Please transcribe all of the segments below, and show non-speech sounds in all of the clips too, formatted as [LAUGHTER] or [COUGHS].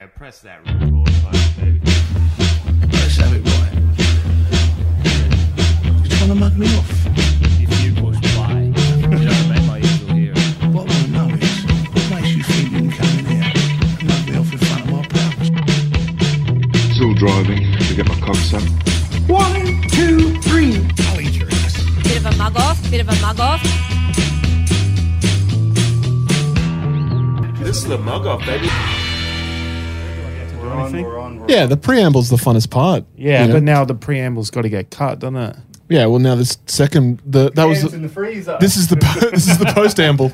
Yeah, press that record button, baby. Let's have it right. You're trying to mug me off. If you push play, you know what I mean? Like you'll hear. What I want to know is what makes you think you can come in here and mug me off in front of my pals? Still driving to get my cocks up. One, two, three. I'll eat your ass. Bit of a mug off, bit of a mug off. This is the mug off, baby. Yeah, the preamble's the funnest part. Yeah, you know? but now the preamble's got to get cut, doesn't it? yeah, well, now this second, the that was in the freezer. this is the [LAUGHS] this is the postamble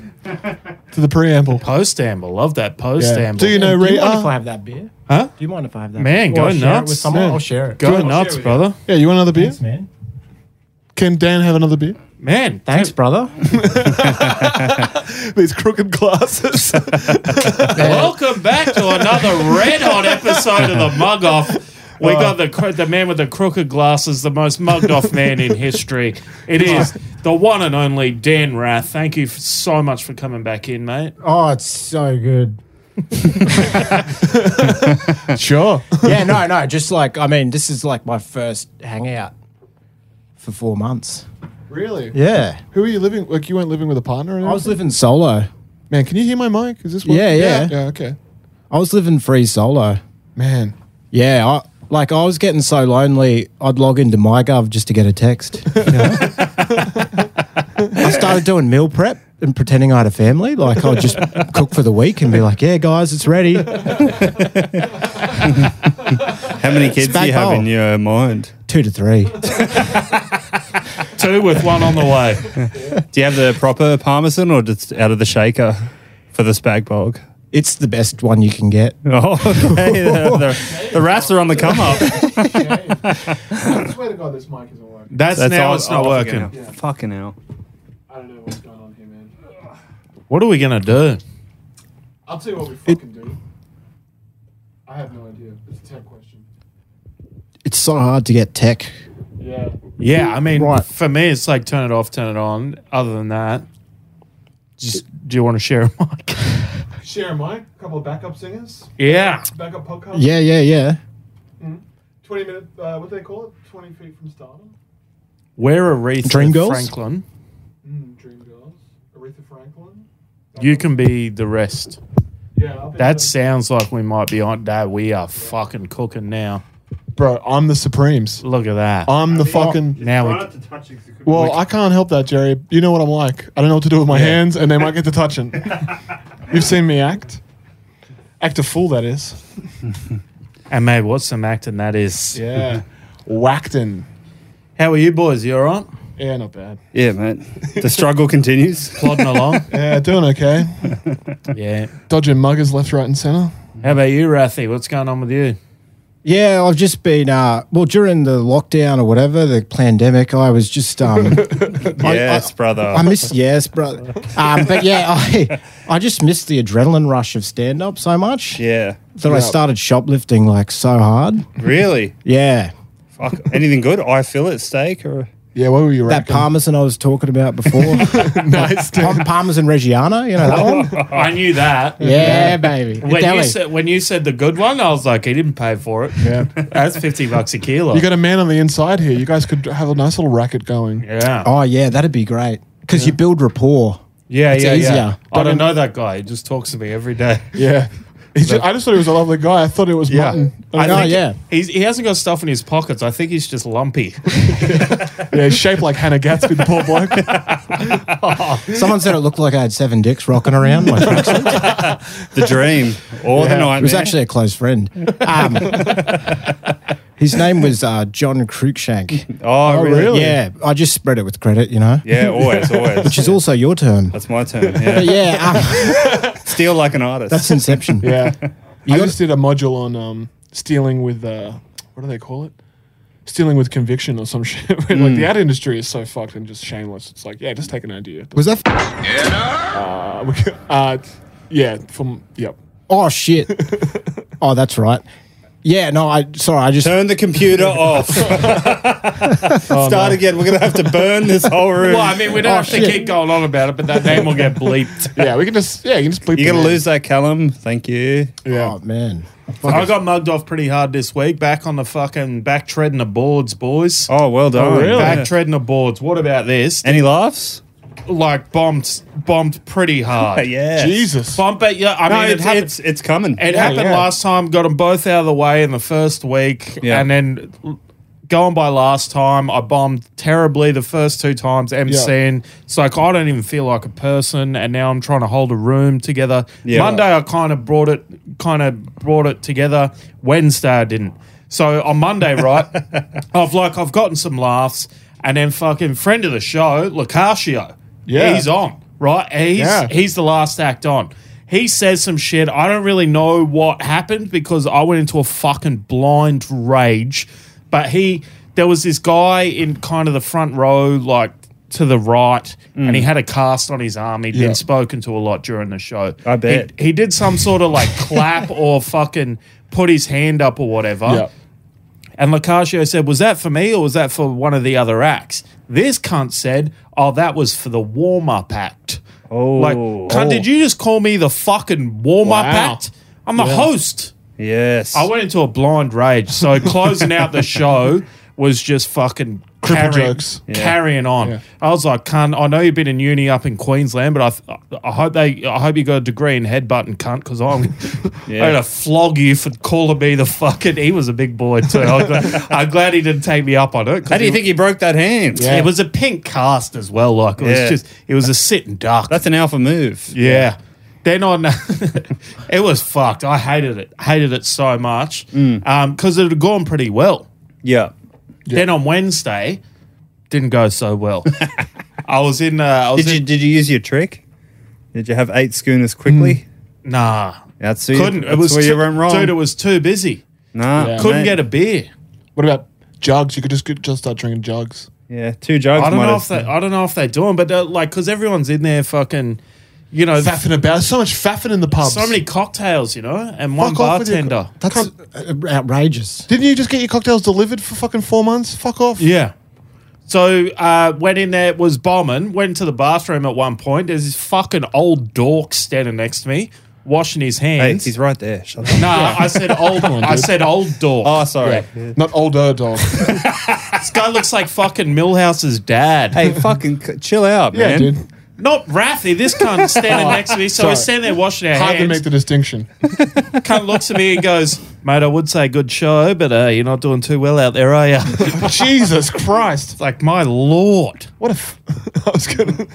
to the preamble. Postamble, love that postamble. Do you know Ah, Do you mind if I Rita? have that beer? Huh? Do you mind if I have that? Man, beer? Or go I'll share it nuts. with someone. Yeah. I'll share it. Go nuts, brother. Yeah, you want another beer? Thanks, man. Can Dan have another beer? Man, Thanks, brother. These crooked glasses. welcome back to another red hot episode of the Mug Off. We got the cro- the man with the crooked glasses, the most mugged off man in history. It is the one and only Dan Rath. Thank you f- so much for coming back in, mate. Oh, it's so good. sure. [LAUGHS] Yeah, no, no. Just like, I mean, this is like my first hangout for four months. [LAUGHS] Really? Yeah. Who are you living? Like you weren't living with a partner? Or I was anything? living solo. Man, can you hear my mic? Is this? Yeah, yeah. yeah. Okay. I was living free solo. [LAUGHS] Man, Yeah, I, like I was getting so lonely, I'd log into MyGov just to get a text. you know? I started doing meal prep and pretending I had a family. Like I'd just cook for the week and be like, "Yeah, guys, it's ready." How many kids do back you have in bowl. your mind? Two to three. Two with one on the way. Do you have the proper parmesan or just out of the shaker for the spag bog? It's the best one you can get. Oh, okay. the, [LAUGHS] the, the rats are on the come up. I swear to God, this mic isn't working. That's, now on- it's not off working. again now. Fucking hell. I don't know what's going on here, man. What are we gonna do? I'll tell you what we fucking do. I have no idea. It's a tech question. It's so hard to get tech. Yeah. Yeah, I mean, Right. for me, it's like turn it off, turn it on. Other than that, just do you want to share a [LAUGHS] mic? Share a mic. A couple of backup singers. yeah. Backup podcast. Yeah, yeah, yeah. 20 minute, uh, what do they call it? 20 feet from stardom. We're Aretha Dreamgirls? Franklin. Mm, Dream Girls. Aretha Franklin. You can be the rest. Yeah. I'll be That the- sounds like we might be on that. We are fucking cooking now. Bro, I'm the Supremes. Look at that. I'm the fucking. now we, Well, I can't help that, Jerry. You know what I'm like. I don't know what to do with my hands, and they might get to [LAUGHS] touching. You've seen me act. Act a fool, that is. and mate, what's some acting that is? [LAUGHS] Yeah. Whackton. How are you boys? You all right? Yeah, not bad. Yeah, mate. The struggle [LAUGHS] continues. Plodding [LAUGHS] along? Yeah, doing okay. yeah. Dodging muggers left, right, and center. How about you, Rathy? What's going on with you? Yeah, I've just been uh, well during the lockdown or whatever the pandemic. I was just um, yes, brother. I miss yes, brother. Um, but yeah, [LAUGHS] I I just missed the adrenaline rush of stand up so much yeah. that I started shoplifting like so hard. Really? Yeah, Fuck. Anything good? I fillet steak or Yeah, what were you that racking? parmesan I was talking about before, nice. dude. Par- parmesan Reggiano, you know that [LAUGHS] one. [LAUGHS] I knew that. Yeah, baby. When you, Deli. said, when you said the good one, I was like, he didn't pay for it. Yeah. That's 50 bucks a kilo. You got a man on the inside here. You guys could have a nice little racket going. yeah. oh yeah, that'd be great because you build rapport. yeah, it's yeah, yeah. easier. I don't know that guy. He just talks to me every [LAUGHS] day. Yeah. He's ju- I just thought he was a lovely guy. I thought it was mutton. I oh think yeah, He's, he hasn't got stuff in his pockets. I think he's just [LAUGHS] lumpy. Yeah, he's shaped like Hannah Gatsby, the poor bloke. someone said it looked like I had seven dicks rocking around. My tracksuit. the dream [LAUGHS] or the nightmare? It was actually a close friend. [LAUGHS] Um, his name was uh, John Cruikshank. Oh, really? Yeah, I just spread it with credit, you know. Yeah, always, [LAUGHS] always. Which is also your term. That's my turn. But [LAUGHS] Yeah. yeah, um, Steal like an artist. that's Inception. Yeah. I just did a module on um, stealing with, uh, what do they call it? Stealing with conviction or some [LAUGHS] shit. Where, Like the ad industry is so fucked and just shameless. It's like, yeah, just take an idea. Was that? F- Uh, we could- uh, yeah, from, yep. [LAUGHS] oh shit. Oh, that's right. Yeah, no, I sorry, I just Turn the [LAUGHS] computer Oh, off. [LAUGHS] Start again. We're going to have to burn this whole room. Well, I mean, we don't Oh, have to shit. keep going on about it, but that name will get [LAUGHS] bleeped. Yeah, we can just yeah, you can just bleep. You're the going to name. lose that, Callum. Thank you. Yeah, Oh man. I got mugged off pretty hard this week. Back on the fucking back treading the boards, boys. Oh, well done. really? Back Yeah. treading the boards. What about this? Any laughs? Like bombed, bombed pretty [LAUGHS] hard. Yeah. Jesus. Bump it. Yeah, I No, mean, it it's, happened. it's, it's coming. It Yeah, happened yeah. last time. Got them both out of the way in the first week, Yeah. and then l- going by last time, I bombed terribly the first two times. MCing, it's like I don't even feel like a person, and now I'm trying to hold a room together. Yeah. Monday, I kind of brought it, kind of brought it together. Wednesday, I didn't. So on Monday, [LAUGHS] right, I've like I've gotten some laughs, and then fucking friend of the show, Lacasio, Yeah. he's on right. He's Yeah. he's the last act on. He says some shit. I don't really know what happened because I went into a fucking blind rage. But he, there was this guy in kind of the front row, like to the right, and he had a cast on his arm. He'd Yeah. been spoken to a lot during the show. I bet. He, he did some sort of like [LAUGHS] clap or fucking put his hand up or whatever. Yeah. And Lacasio said, Was that for me or was that for one of the other acts? This cunt said, Oh, that was for the warm up act. Oh. Like, cunt, did you just call me the fucking warm up Wow. act? I'm the host. Yes. I went into a blind [LAUGHS] rage. So closing out the show was just fucking Cripple carrying, jokes. carrying on. I was like, cunt, I know you've been in uni up in Queensland, but I, th- I hope they, I hope you got a degree in headbutting, cunt, [LAUGHS] because I'm, I'm gonna flog you for calling me the fucking. He was a big boy too. I'm [LAUGHS] glad, I'm glad he didn't take me up on it. 'cause How do you he- think he broke that hand? Yeah. It was a pink cast as well. Like it was Yeah. just, it was a sitting duck. That's an alpha move. Yeah. Then on, [LAUGHS] it was fucked. I hated it. Hated it so much because it had gone pretty well. Mm. Yeah. Then on Wednesday, didn't go [LAUGHS] so well. I was in. Uh, I was Did you in, did you use your trick? Did you have eight schooners quickly? Nah, That's where couldn't. You, it that's was where too, you went wrong. dude. It was too busy. nah, Yeah. Couldn't mate. get a beer. What about jugs? You could just just start drinking jugs. Yeah, two jokes. I don't might know have- if they. I don't know if they do them, but they're, like because everyone's in there fucking. You know, Faffing about. There's so much faffing in the pubs. so many cocktails. You know, and one Fuck off with your- bartender. That's uh, outrageous. Didn't you just get your cocktails delivered for fucking four months? Fuck off. Yeah. So uh, went in there, was bombing, went to the bathroom at one point. There's this fucking old dork standing next to me, washing his Hey, hands. [LAUGHS] he's right there. Shut up. no, I said old. I said old dork. Oh, sorry. Not older [LAUGHS] dog. This guy looks like fucking Millhouse's dad. Hey, fucking c- chill out, yeah, man. dude. Not Rathy. This cunt standing Oh, next to me. So we're Sorry. standing there washing our Hard to hands. make the distinction. cunt looks at me and goes, "Mate, I would say good show, but uh, you're not doing too well out there, are you?" it's [LAUGHS] Jesus [LAUGHS] Christ! like my lord. What if [LAUGHS] I was gonna?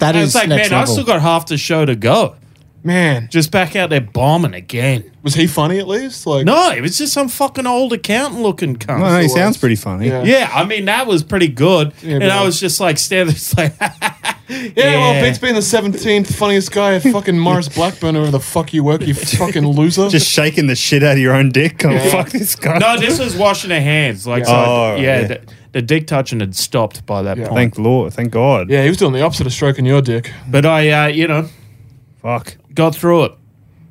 That I was is like, man, next I level. still got half the show to go. [LAUGHS] Man, Just back out there bombing again. was he funny at least? Like, No, it was just some fucking old accountant looking cunt. Well, he sounds pretty funny. Yeah. yeah, I mean that was pretty good, and but- I was just like standing there, [LAUGHS] like, yeah, yeah. Well, Beats being the seventeenth funniest guy at fucking Morris Blackburn or the fuck you [LAUGHS] work, you fucking loser. Just shaking the shit out of your own dick. Going, [LAUGHS] Yeah. fuck this guy. no, this was washing her hands, like, Yeah. so, Oh, yeah, yeah. The, the dick touching had stopped by that Yeah. point. Thank Lord. Thank God. yeah, he was doing the opposite of stroking your dick. But I, uh, you know, Fuck. got through it.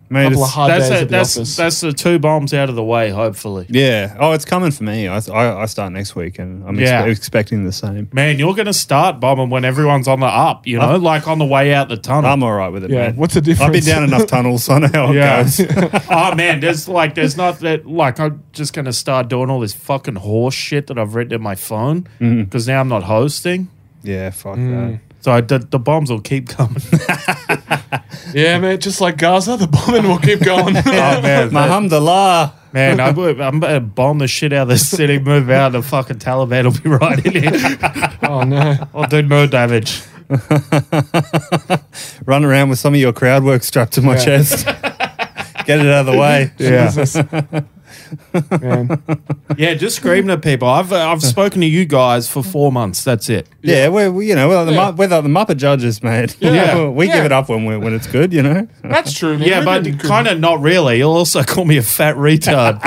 Mate, Couple it's- of hard That's days the, at the that's office. that's the two bombs out of the way. Hopefully, yeah. Oh, it's coming for me. I, I, I start next week and I'm Yeah. expe- expecting the same. man, you're gonna start bombing when everyone's on the up. You know, like on the way out the tunnel. I'm all right with it, yeah, man. what's the difference? I've been down enough tunnels, so I know how it goes. [LAUGHS] oh man, there's like there's not that like I'm just gonna start doing all this fucking horse shit that I've written in my phone because now I'm not hosting. Yeah, fuck Mm. that. So I, the, the bombs will keep coming. [LAUGHS] yeah, man. Just like Gaza, the bombing will keep [LAUGHS] going. oh man, man, Alhamdulillah. [LAUGHS] man I, would- I'm gonna bomb the shit out of this city, move out, the fucking Taliban will be right in here. oh no. I'll do no damage. Run around with some of your crowd work strapped to my Yeah. chest. [LAUGHS] Get it out of the way. Jesus. Man. Yeah, just screaming at people. I've uh, I've spoken to you guys for four months. That's it. Yeah, we're, we- you know, we're like the, Yeah. Mu- we're like the Muppet judges, mate. Yeah. [LAUGHS] we Yeah. give it up when we when it's good, [LAUGHS] you know. That's true. [LAUGHS] Man. Yeah, but kind of not really. You'll also call me a fat retard.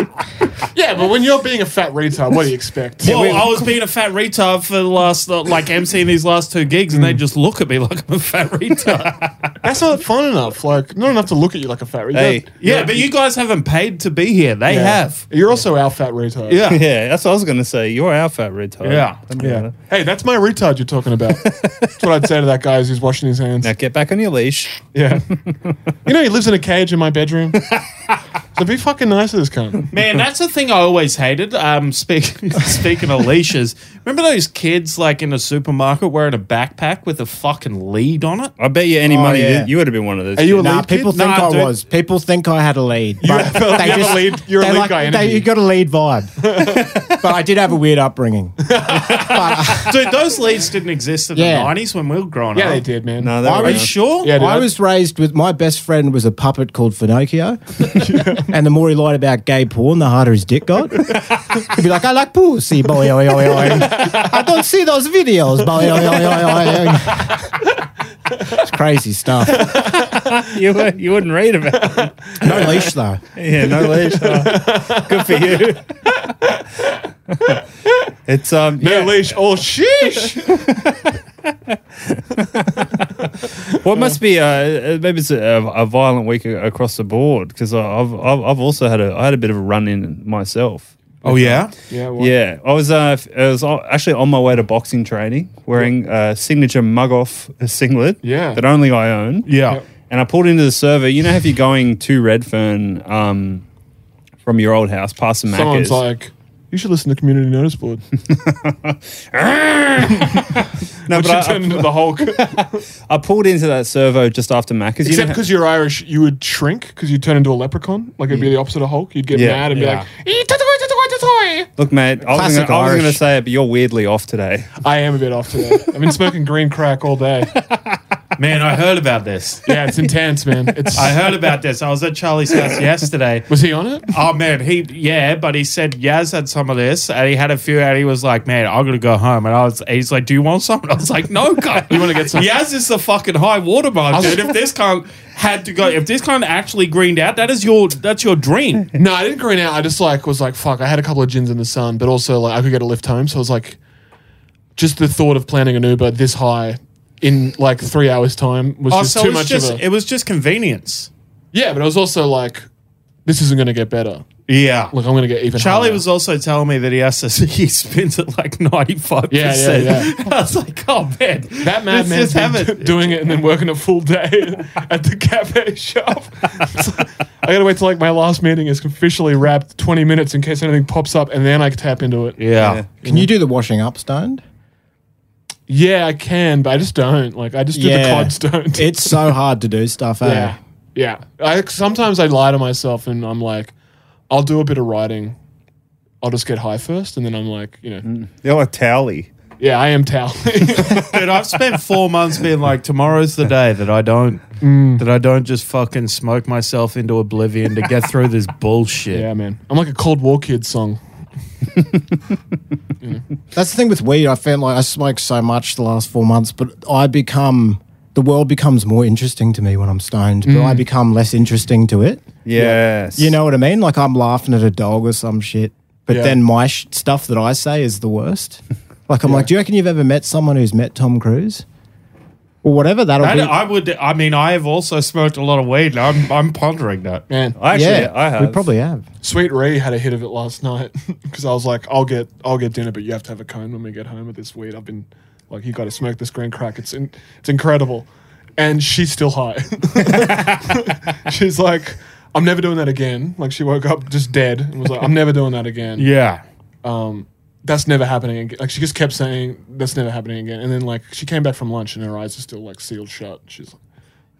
yeah, but when you're being a fat retard, what do [LAUGHS] you expect? Well, I was being a fat retard for the last, uh, like, emceeing these last two gigs, and they just look at me [LAUGHS] like I'm a fat retard. That's not fun enough. Like, not enough to look at you like a fat retard. Hey. yeah, but you guys haven't paid to be here. They Yeah. have. You're also our fat retard. Yeah. Yeah, that's what I was going to say. You're our fat retard. Yeah. Yeah. Hey, that's my retard you're [LAUGHS] talking about. that's what I'd say to that guy who's washing his hands. Now get back on your leash. [LAUGHS] Yeah. you know, he lives in a cage in my [LAUGHS] bedroom. so be fucking nice to this [LAUGHS] cunt. Man, that's the thing I always hated. Um, speaking [LAUGHS] speaking of leashes, remember those kids like in a supermarket wearing a backpack with a fucking lead on it? I bet you any Oh, money yeah. that you would have been one of those. Are you a Nah, lead people kid? think Nah, I dude. was. People think I had a lead. But have a- you have a lead- you're a they lead guy They, energy. you got a lead [LAUGHS] vibe. but I did have a weird upbringing. but I, Dude, those leads didn't exist in Yeah. the nineties when we were growing Yeah, up. they did, man. No, they I were Are you not. sure? Yeah, dude, I was raised with my best friend was a puppet called Finocchio, and the more he lied about gay porn, the harder his dick got. He'd be like, "I like pussy, boy, oi, oi, oi. I don't see those videos, boy, oi, oi, oi, oi." It's crazy stuff. you, were- you wouldn't read about it. No leash though. Yeah, no leash. Oh, good for you. [LAUGHS] it's um No yeah. leash. Oh, [LAUGHS] sheesh. what must be uh uh, maybe it's a, a violent week a- across the board because I've, I've I've also had a I had a bit of a run in myself. Oh yeah. yeah, well, Yeah, I was uh, f- I was o- actually on my way to boxing training wearing a signature mug off [LAUGHS] singlet Yeah. that only I own. Yeah. And I pulled into the server. You know, if you're going to Redfern um, from your old house past the Someone's Macca's, [LAUGHS] like, you should listen to Community Notice Board. [LAUGHS] no, but Which I, should turn into the Hulk. I pulled into that servo just after Macca's. You Except know- because you're Irish, you would shrink because you'd turn into a leprechaun. Like, it'd be the opposite of Hulk. You'd get Yeah. mad and Yeah. be like, "Eh, tatoi, tatoi, tatoi." look, mate, I was Classic gonna- I was Irish. going to say it, but you're weirdly off today. I am a bit off today. I've been smoking green crack all day. Man, I heard about this. Yeah, it's intense, man. It's [LAUGHS] I heard about this. I was at Charlie's house yesterday. Was he on it? Oh man, he yeah, but he said Yaz had some of this, and he had a few, and he was like, "Man, I'm gonna go home." And I was, he's like, "Do you want some?" And I was like, [LAUGHS] "No, God, you want to get some?" Yaz is the fucking high watermark, dude. If this cunt had to go, if this cunt actually greened out, that is your that's your [LAUGHS] dream. No, I didn't grin out. I just like was like, fuck. I had a couple of gins in the sun, but also like I could get a lift home. So I was like, just the thought of planning an Uber this high in like three hours time was Oh, just so too it was much just of a it was just convenience. yeah. But it was also like, this isn't going to get better. Yeah. Like I'm going to get even. Charlie higher. was also telling me that he has to, [LAUGHS] he spins at like 95%. Yeah, yeah, [LAUGHS] I was like, oh man. that let's madman's just have been it. d- doing it and then working a full day [LAUGHS] at the cafe shop. It's like, I got to wait till like my last meeting is officially wrapped, 20 minutes in case anything pops up, and then I can tap into it. Yeah. Can you do the washing up stoned? Yeah, I can, but I just don't. Like I just do the Yeah. cod stone. It's so hard to do stuff. Eh? [LAUGHS] Yeah. Yeah. I sometimes I lie to myself and I'm like, I'll do a bit of writing. I'll just get high first, and then I'm like, you know, You're like Towley. yeah, I am Tal. Dude, I've spent four months being like, tomorrow's the day that I don't that I don't just fucking smoke myself into oblivion to get through this bullshit. yeah, man. [LAUGHS] I'm like a Cold War Kid song. That's the thing with weed. I found like I smoked so much the last four months, but I become the world becomes more interesting to me when I'm stoned, but I become less interesting to it. Yes. You know what I mean? Like I'm laughing at a dog or some shit, but Yeah. then my sh- stuff that I say is the worst. Like I'm like, do you reckon you've ever met someone who's met Tom Cruise? Or whatever that'll I, be. I would. I mean, I have also smoked a lot of weed. And I'm, I'm pondering that. Man, I actually, yeah, I have. we probably have. Sweet Ray had a hit of it last night [LAUGHS] because I was like, I'll get, I'll get dinner, but you have to have a cone when we get home with this weed. I've been like, you got to smoke this green crack. It's, in, it's incredible, and she's still high. [LAUGHS] she's like, I'm never doing that again. Like she woke up just dead and was like, I'm never doing that again. Um, Yeah. that's never happening again. Like she just kept saying that's never happening again, and then like she came back from lunch and her eyes are still like sealed shut. She's like,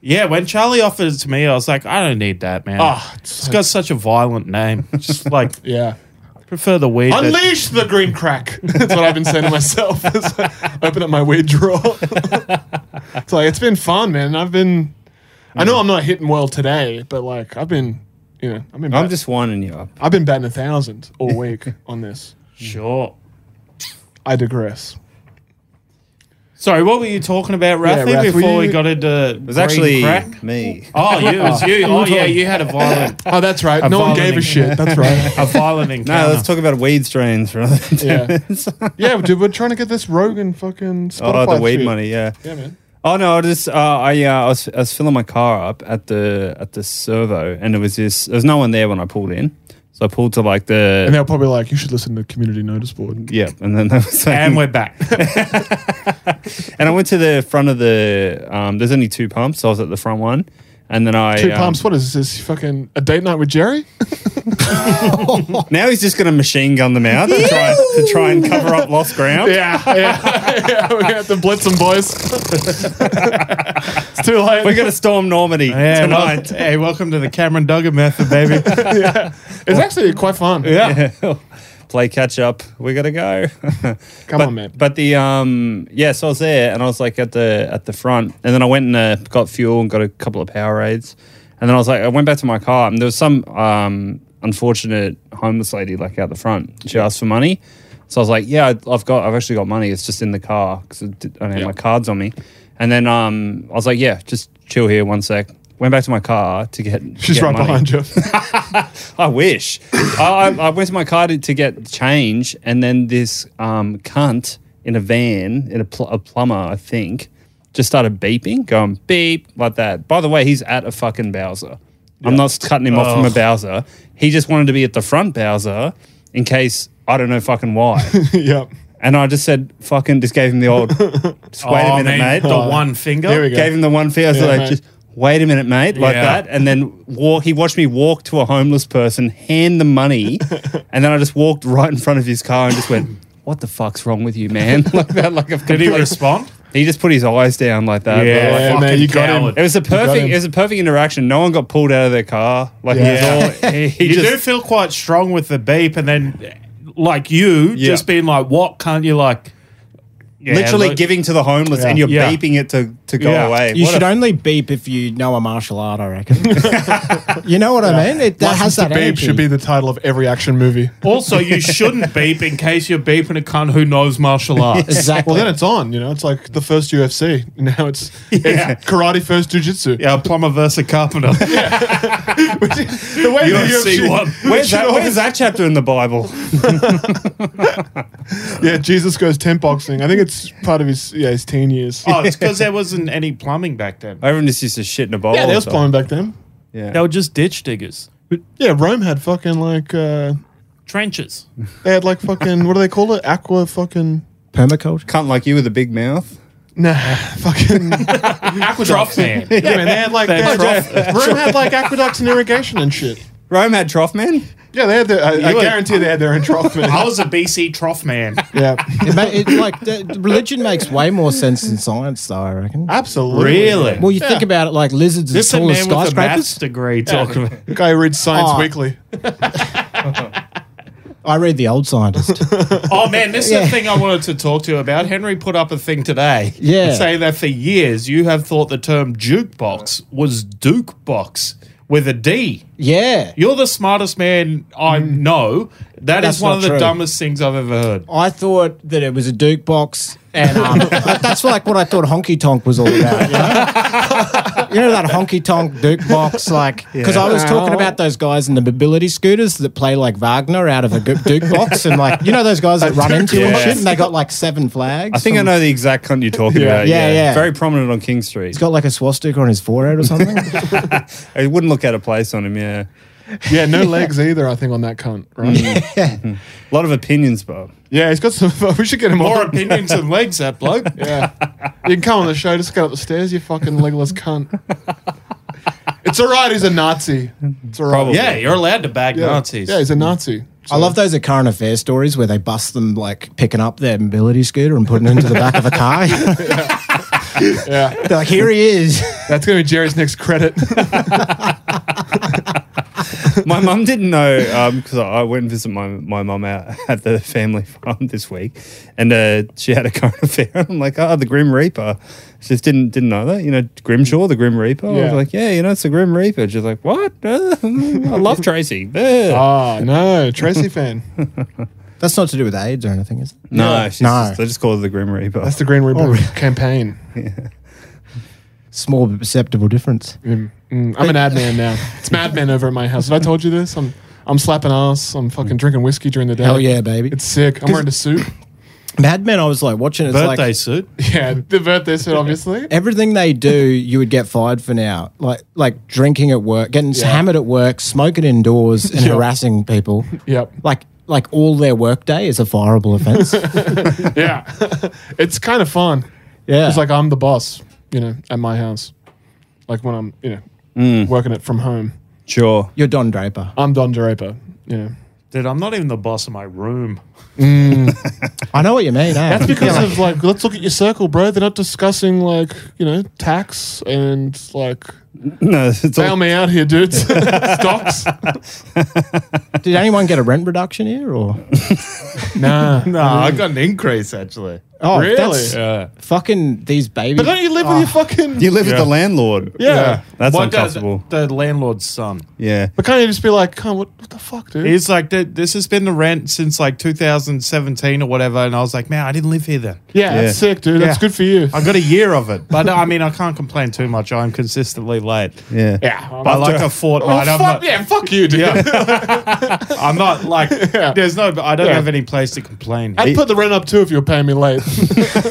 Yeah. When Charlie offered it to me, I was like, I don't need that, man. ah, it's got such a violent name. Just like yeah. prefer the weed. that- Unleash the green crack. [LAUGHS] That's what I've been saying to myself. [LAUGHS] It's like, open up my weed drawer. [LAUGHS] it's like it's been fun, man. I've been. I know I'm not hitting well today, but like I've been, you know, I've been. I'm bat- just winding you up. I've been batting a thousand all [LAUGHS] week on this. Sure. I digress. Sorry, what were you talking about, Rafi, Rath, were before we you- got into it was actually crack? me. Oh, you, it was you. Oh, yeah, you had a violent, Oh, that's right. A no one gave a violent- shit. That's right. a violent encounter. No, let's talk about weed strains for another two Yeah. minutes. [LAUGHS] yeah, dude, we're trying to get this Rogan fucking Spotify [LAUGHS] Oh, the weed shit. money, yeah. Yeah, man. Oh no, I just uh, I, uh, I was I was filling my car up at the at the servo, and it was this. There was no one there when I pulled in, so I pulled to like the And they're probably like, you should listen to Community Notice Board. yeah, and then they were saying, and we're back. and I went to the front of the. Um, there's only two pumps, so I was at the front one, and then I Two um, pumps. What is this? Fucking a date night with Jerry? Now he's just going to machine gun them out to try to try and cover up lost ground. yeah, yeah, yeah. We're gonna have to blitz them, boys. it's too late. We're going to storm Normandy Yeah, wel- tonight. hey, welcome to the Cameron Duggan method, baby. it's actually quite fun. yeah. [LAUGHS] play catch up. We gotta go. [LAUGHS] Come but, on, man. But the um, yeah. So I was there, and I was like at the at the front, and then I went and uh, got fuel and got a couple of Powerades, and then I was like, I went back to my car, and there was some um unfortunate homeless lady like out the front. She asked for money, so I was like, yeah, I- I've got, I've actually got money. It's just in the car because I don't have my cards on me. And then um, I was like, yeah, just chill here one sec. Went back to my car to get. to She's get right money. behind [LAUGHS] you. I wish. I, I, I went to my car to, to get change, and then this um, cunt in a van, in a, pl- a plumber, I think, just started beeping, going beep like that. By the way, he's at a fucking Bowser. I'm not cutting him off from a Bowser. He just wanted to be at the front Bowser in case I don't know fucking why. yep. and I just said fucking, just gave him the old. Just wait Oh, a minute, mate. man, The one finger. Here we go. Gave him the one fee. I was Yeah, like, mate. just wait a minute, mate, like Yeah. that. And then walk, he watched me walk to a homeless person, hand the money, and then I just walked right in front of his car and just went, "What the fuck's wrong with you, man?" [LAUGHS] like that. Like I've [LAUGHS] Did he completely- respond? He just put his eyes down like that. Yeah, Like, Yeah, fucking man, you got coward. it him. was a got perfect. him. It was a perfect interaction. No one got pulled out of their car. Like Yeah. he was all. He, he You do just, feel quite strong with the beep, and then, like you, Yeah. just being like, "What can't you like?" Yeah, literally look- giving to the homeless, and you're Yeah. beeping it to, to go Yeah. away. You What should a- only beep if you know a martial art, I reckon. you know what I mean? It that has License to that Babe energy. should be the title of every action movie. Also, you shouldn't beep in case you're beeping a cunt who knows martial arts. exactly. Well, then it's on. You know, it's like the first UFC. [LAUGHS] Now it's, it's karate first jujitsu. yeah, a plumber versus a carpenter. The way the UFC UFC [LAUGHS] one. [LAUGHS] Where's that, should where's that chapter in the Bible? Yeah, Jesus goes tent boxing. I think it's part of his yeah his teen years. [LAUGHS] Oh, [LAUGHS] it's because there wasn't any plumbing back then. [LAUGHS] Everyone just used to shit in a bowl. yeah, or there was something. plumbing back then. They were just ditch diggers, Yeah, Rome had fucking like uh trenches. they had like fucking what do they call it? Aqua fucking Permaculture. Cunt like you with a big mouth. nah [LAUGHS] fucking Aquaduct man. yeah man they had like they had, Rome had like aqueducts and irrigation and shit. Rome had trough man. Yeah, they had their. I, I You were- guarantee they had their own trough. man. [LAUGHS] I was a BC trough man. yeah, It ma- it, like the, the religion makes way more sense than science, though. I reckon. absolutely. Really? Well, you think about it, like lizards Ah, this is a as tall as man with a skyscrapers. maths degree talking [LAUGHS] about. The guy who reads Science Oh. Weekly. I read the [LAUGHS] old scientist. Oh man, this is Yeah. the thing I wanted to talk to you about. Henry put up a thing today. Yeah. Saying that for years you have thought the term jukebox was duke box with a D. yeah, You're the smartest man I know. That's Mm. That's one not of the true. dumbest things I've ever heard. I thought that it was a Duke box, and um, like, that's like what I thought honky tonk was all about. You know, you know that honky tonk Duke box, like because I was Uh-huh. talking about those guys in the mobility scooters that play like Wagner out of a gu- Duke box, and like you know those guys that run into you and Yeah. shit, and they got like seven flags. I think I and know the exact cunt you're talking about. Yeah, yeah. Very prominent on King Street. He's got like a swastika on his forehead or something. I wouldn't look out of place on him. Yeah, [LAUGHS] Yeah, no legs either. I think on that cunt. Right? Yeah. a lot of opinions, Bob. Mm. he's got some. [LAUGHS] We should get him More on. opinions and legs, that bloke. [LAUGHS] Yeah, you can come on the show. Just get up the stairs. You fucking legless cunt. It's all right. He's a Nazi. It's all right. Oh, Probably. Yeah, you're allowed to bag Yeah. Nazis. Yeah, he's a [LAUGHS] Nazi. I love those at current affairs stories where they bust them like picking up their mobility scooter and putting it into the back of a car. [LAUGHS] Yeah, They're like, here he is. that's gonna be Jerry's next [LAUGHS] credit. my [LAUGHS] mum didn't know because I I went and visited my my mum out [LAUGHS] at the family farm this week, and uh, she had a current [LAUGHS] affair. I'm like, oh, the Grim Reaper. She just didn't didn't know that. You know, Grimshaw, the Grim Reaper. I was Yeah. like, yeah, you know, it's the Grim Reaper. She's like, [LAUGHS] [LAUGHS] what? I love Tracy. Yeah. oh no, Tracy Ah, fan. That's not to do with AIDS or anything, is it? No, she's No. Just, they just call her the Grim Reaper. That's the Green Reaper campaign. Small but perceptible difference. Mm, mm. I'm an ad man now. [LAUGHS] It's Mad Men over at my house. Have I told you this? I'm I'm slapping ass. I'm fucking drinking whiskey during the day. Hell yeah, baby. It's sick. I'm wearing a suit. [COUGHS] [LAUGHS] Mad Men, I was like watching. It's Birthday like suit. Yeah, the birthday suit, [LAUGHS] obviously. everything they do, you would get fired for now. Like like drinking at work, getting Yeah. hammered at work, smoking indoors, [LAUGHS] and Yeah. harassing people. [LAUGHS] Yep. Like like all their workday is a fireable [LAUGHS] offence. Yeah. it's kind of fun. yeah, It's like I'm the boss, you know, at my house. Like when I'm, you know, working it from home. [LAUGHS] sure. you're Don Draper. I'm Don Draper. You know. Dude, I'm not even the boss of my room. I know what you mean. Eh? That's because Yeah, like- of like, let's look at your circle, bro. They're not discussing like, you know, tax and like, [LAUGHS] No, it's bail all, me out here, dudes. [LAUGHS] Stocks. did anyone get a rent reduction here or? Nah. No, I got an increase actually. Uh, Oh, Really? That's Yeah. Fucking these babies. But don't you live with your fucking? you live with Yeah. the landlord. yeah. That's What does uncomfortable. the landlord's son? Yeah. But can't you just be like, "Come, what, what the fuck, dude?" He's like, "Dude, this has been the rent since like 2017 or whatever. And I was like, man, I didn't live here then. yeah, Yeah. that's sick, dude. That's Yeah. good for you. I got a year of it. But I mean, I can't complain too much. I'm consistently late. Yeah. yeah. By like a oh, fortnight. I'm, fuck not, yeah, fuck you, dude. I'm not like, there's no, I don't [LAUGHS] Yeah. have any place to [LAUGHS] complain. [LAUGHS] I'd put the rent up too if you were paying me late.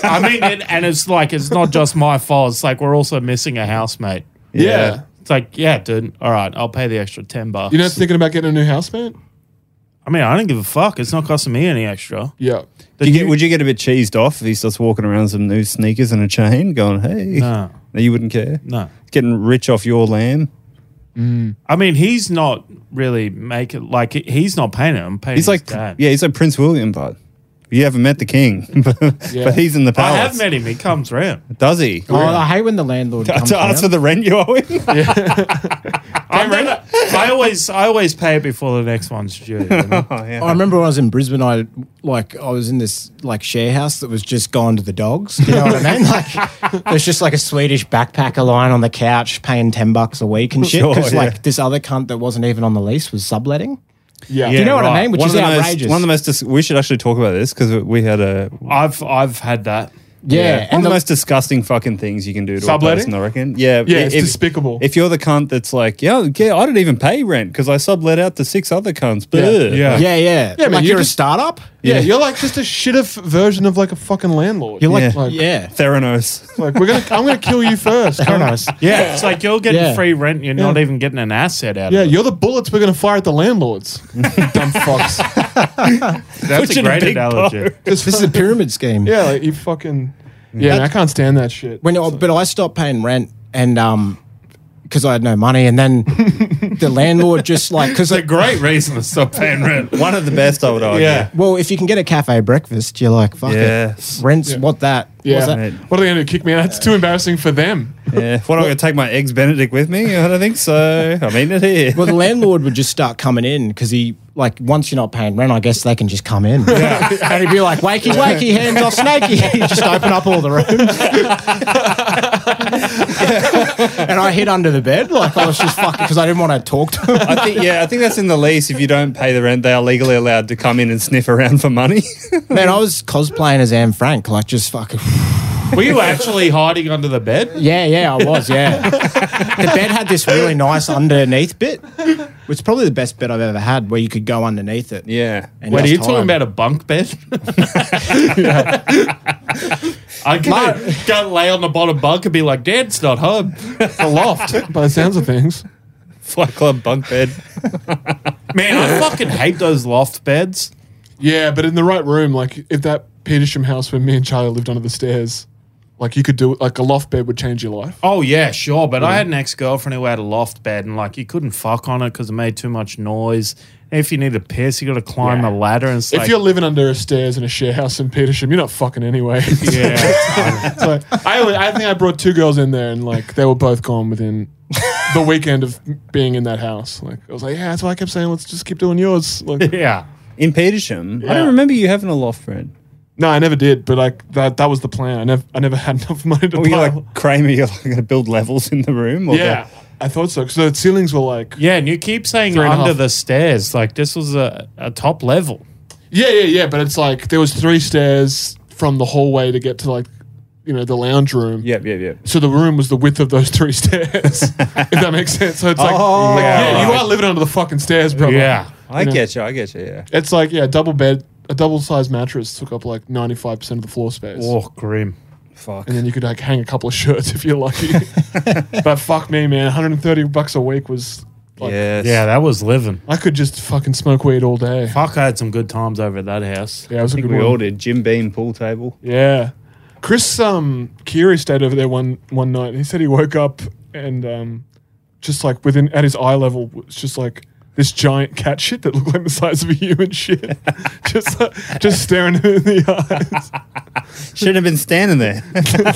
I mean, and, and it's like, it's not just my fault. It's like, we're also missing a housemate. yeah. It's like, yeah, dude, all right, I'll pay the extra 10 bucks. You're not thinking about getting a new house, man? I mean, I don't give a fuck. It's not costing me any extra. Yeah. Do you get, would you get a bit cheesed off if he starts walking around with some new sneakers and a chain going, hey? [LAUGHS] No. You wouldn't care? No. Getting rich off your lamb? I mean, he's not really making like he- he's not paying it. I'm paying. He's like, his dad. yeah, he's like Prince William, but you haven't met the king. [LAUGHS] but, Yeah. but he's in the I palace. have met him. He [LAUGHS] comes round. Does he? Oh, I hate when the landlord comes to ask for around. the rent you owe him? I'm never- I always I always pay it before the next one's due. you know? Oh, yeah. I remember when I was in Brisbane, I like I was in this like share house that was just gone to the dogs. You know what I mean? Like there's just like a Swedish backpacker lying on the couch, paying ten bucks a week and shit. Sure, Because yeah. like this other cunt that wasn't even on the lease was subletting. Yeah. you know what I right. mean? Which one, is of the outrageous. most, one of the most, dis- we should actually talk about this because we had a, I've I've had that. yeah, one of and the, the, most disgusting fucking things you can do to a Subletting? person, I reckon. Yeah, Yeah, it's despicable. If you're the cunt that's like, yeah, yeah, I didn't even pay rent because I sublet out to six other cunts. Bleh. Yeah. yeah, yeah, Yeah, man, Like you you're a just- startup. yeah. You're like just a shit of version of like a fucking landlord. You're like Yeah. [LAUGHS] [LAUGHS] yeah. Theranos. like we're gonna, I'm gonna kill you first. I don't know. Yeah, it's like you're getting Yeah. free rent. You're not even getting an asset out. Yeah, of it. you're the bullets we're gonna fire at the landlords. You dumb fucks. that's a in a great big analogy. Just This is a pyramid scheme. [LAUGHS] Yeah, like you fucking. Yeah, man, I can't stand that shit. when I, but I stopped paying rent and um because I had no money and [LAUGHS] then the landlord just like because It's a great reason to stop paying rent. One of the best, I would argue. Yeah. well if you can get a cafe breakfast you're like fuck Yes. it rents what that Yeah. what's that? What are they gonna do? Kick me out? It's too embarrassing for them. Yeah. What, am I going to take my eggs Benedict with me? I don't think so. I'm eating it here. well the landlord would just start coming in because he like once you're not paying rent I guess they can just come in [LAUGHS] and he'd be like wakey wakey hands off snaky [LAUGHS] he'd just open up all the rooms [LAUGHS] and I hid under the bed like I was just fucking because I didn't want to talk to him I think, yeah, I think that's in the lease. If you don't pay the rent, they are legally allowed to come in and sniff around for money. man I was cosplaying as Anne Frank like just fucking. Were you actually hiding under the bed? Yeah, yeah, I was. Yeah, [LAUGHS] the bed had this really nice underneath bit, which is probably the best bed I've ever had, where you could go underneath [LAUGHS] it. yeah. and Wait, are just you talking hide. about a bunk bed? I can go lay on the bottom bunk and be like, Dad's not home. A loft, by the sounds of things. Flight Club bunk bed. Man, I fucking hate those loft beds. Yeah, but in the right room, like if that Petersham house where me and Charlie lived under the stairs, like you could do like a loft bed would change your life. Oh yeah, sure. But I had an ex girlfriend who had a loft bed, and like you couldn't fuck on it because it made too much noise. And if you need a piss, you got to climb a ladder and If stuff. you're living under a stairs in a share house in Petersham, you're not fucking [LAUGHS] anyway. [LAUGHS] yeah, so I, only- I think I brought two girls in there, and like they were both gone within the weekend of being in that house. Like I was like, yeah, that's why I kept saying, let's just keep doing yours. [LAUGHS] Like, yeah, In Petersham. I Yeah. don't remember you having a loft friend. no, I never did, but like that—that was the plan. I never, I never had [LAUGHS] enough money to Were you buy. like Kramer, you're like going to build levels in the room? Or yeah, I thought so because the ceilings were like, yeah. And you keep saying Three and a under half. the stairs, like this was a, a top level. yeah, Yeah, yeah, yeah. But it's like there was three stairs from the hallway to get to like, you know, the lounge room. Yep, yep, yep. So the room was the width of those three [LAUGHS] stairs. if that makes sense. So it's like, Oh, like, yeah, yeah, you right. are living under the fucking stairs, bro. Yeah. I know. get you. I get you. Yeah. It's like yeah, double bed, a double sized mattress took up like ninety five percent of the floor space. Oh, grim. Fuck. And then you could like hang a couple of shirts if you're lucky. but fuck me, man, 130 bucks a week was like Yes. Yeah, that was living. I could just fucking smoke weed all day. Fuck, I had some good times over at that house. Yeah, it was I a think good we one. all did. Jim Beam pool table. Yeah. Chris um Kiri stayed over there one one night. He said he woke up and um just like within at his eye level was just like this giant cat shit that looked like the size of a human shit. [LAUGHS] just like, just staring him in the eyes. Shouldn't have been standing there.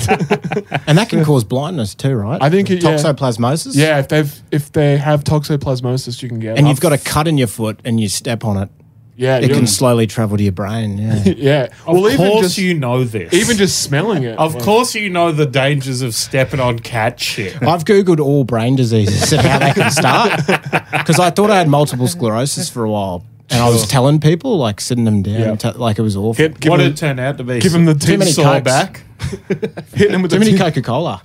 And that can cause blindness too, right? I think it- yeah. toxoplasmosis. Yeah, if they've if they have toxoplasmosis you can get it. And you've got a cut in your foot and you step on it. yeah, It you- can slowly travel to your brain. [LAUGHS] Yeah. yeah. Of well even course just you know this. even just smelling it. Of like- course you know the dangers of stepping on cat shit. I've Googled all brain diseases and how they [LAUGHS] can start because I thought I had multiple sclerosis for a while. And I was telling people, like sitting them down, Yeah. t- like it was awful. Get- give what him- did it turn out to be? give him the Too teeth many sore cokes. [LAUGHS] back. Hitting him with the Too many teeth. Coca [LAUGHS] Cola.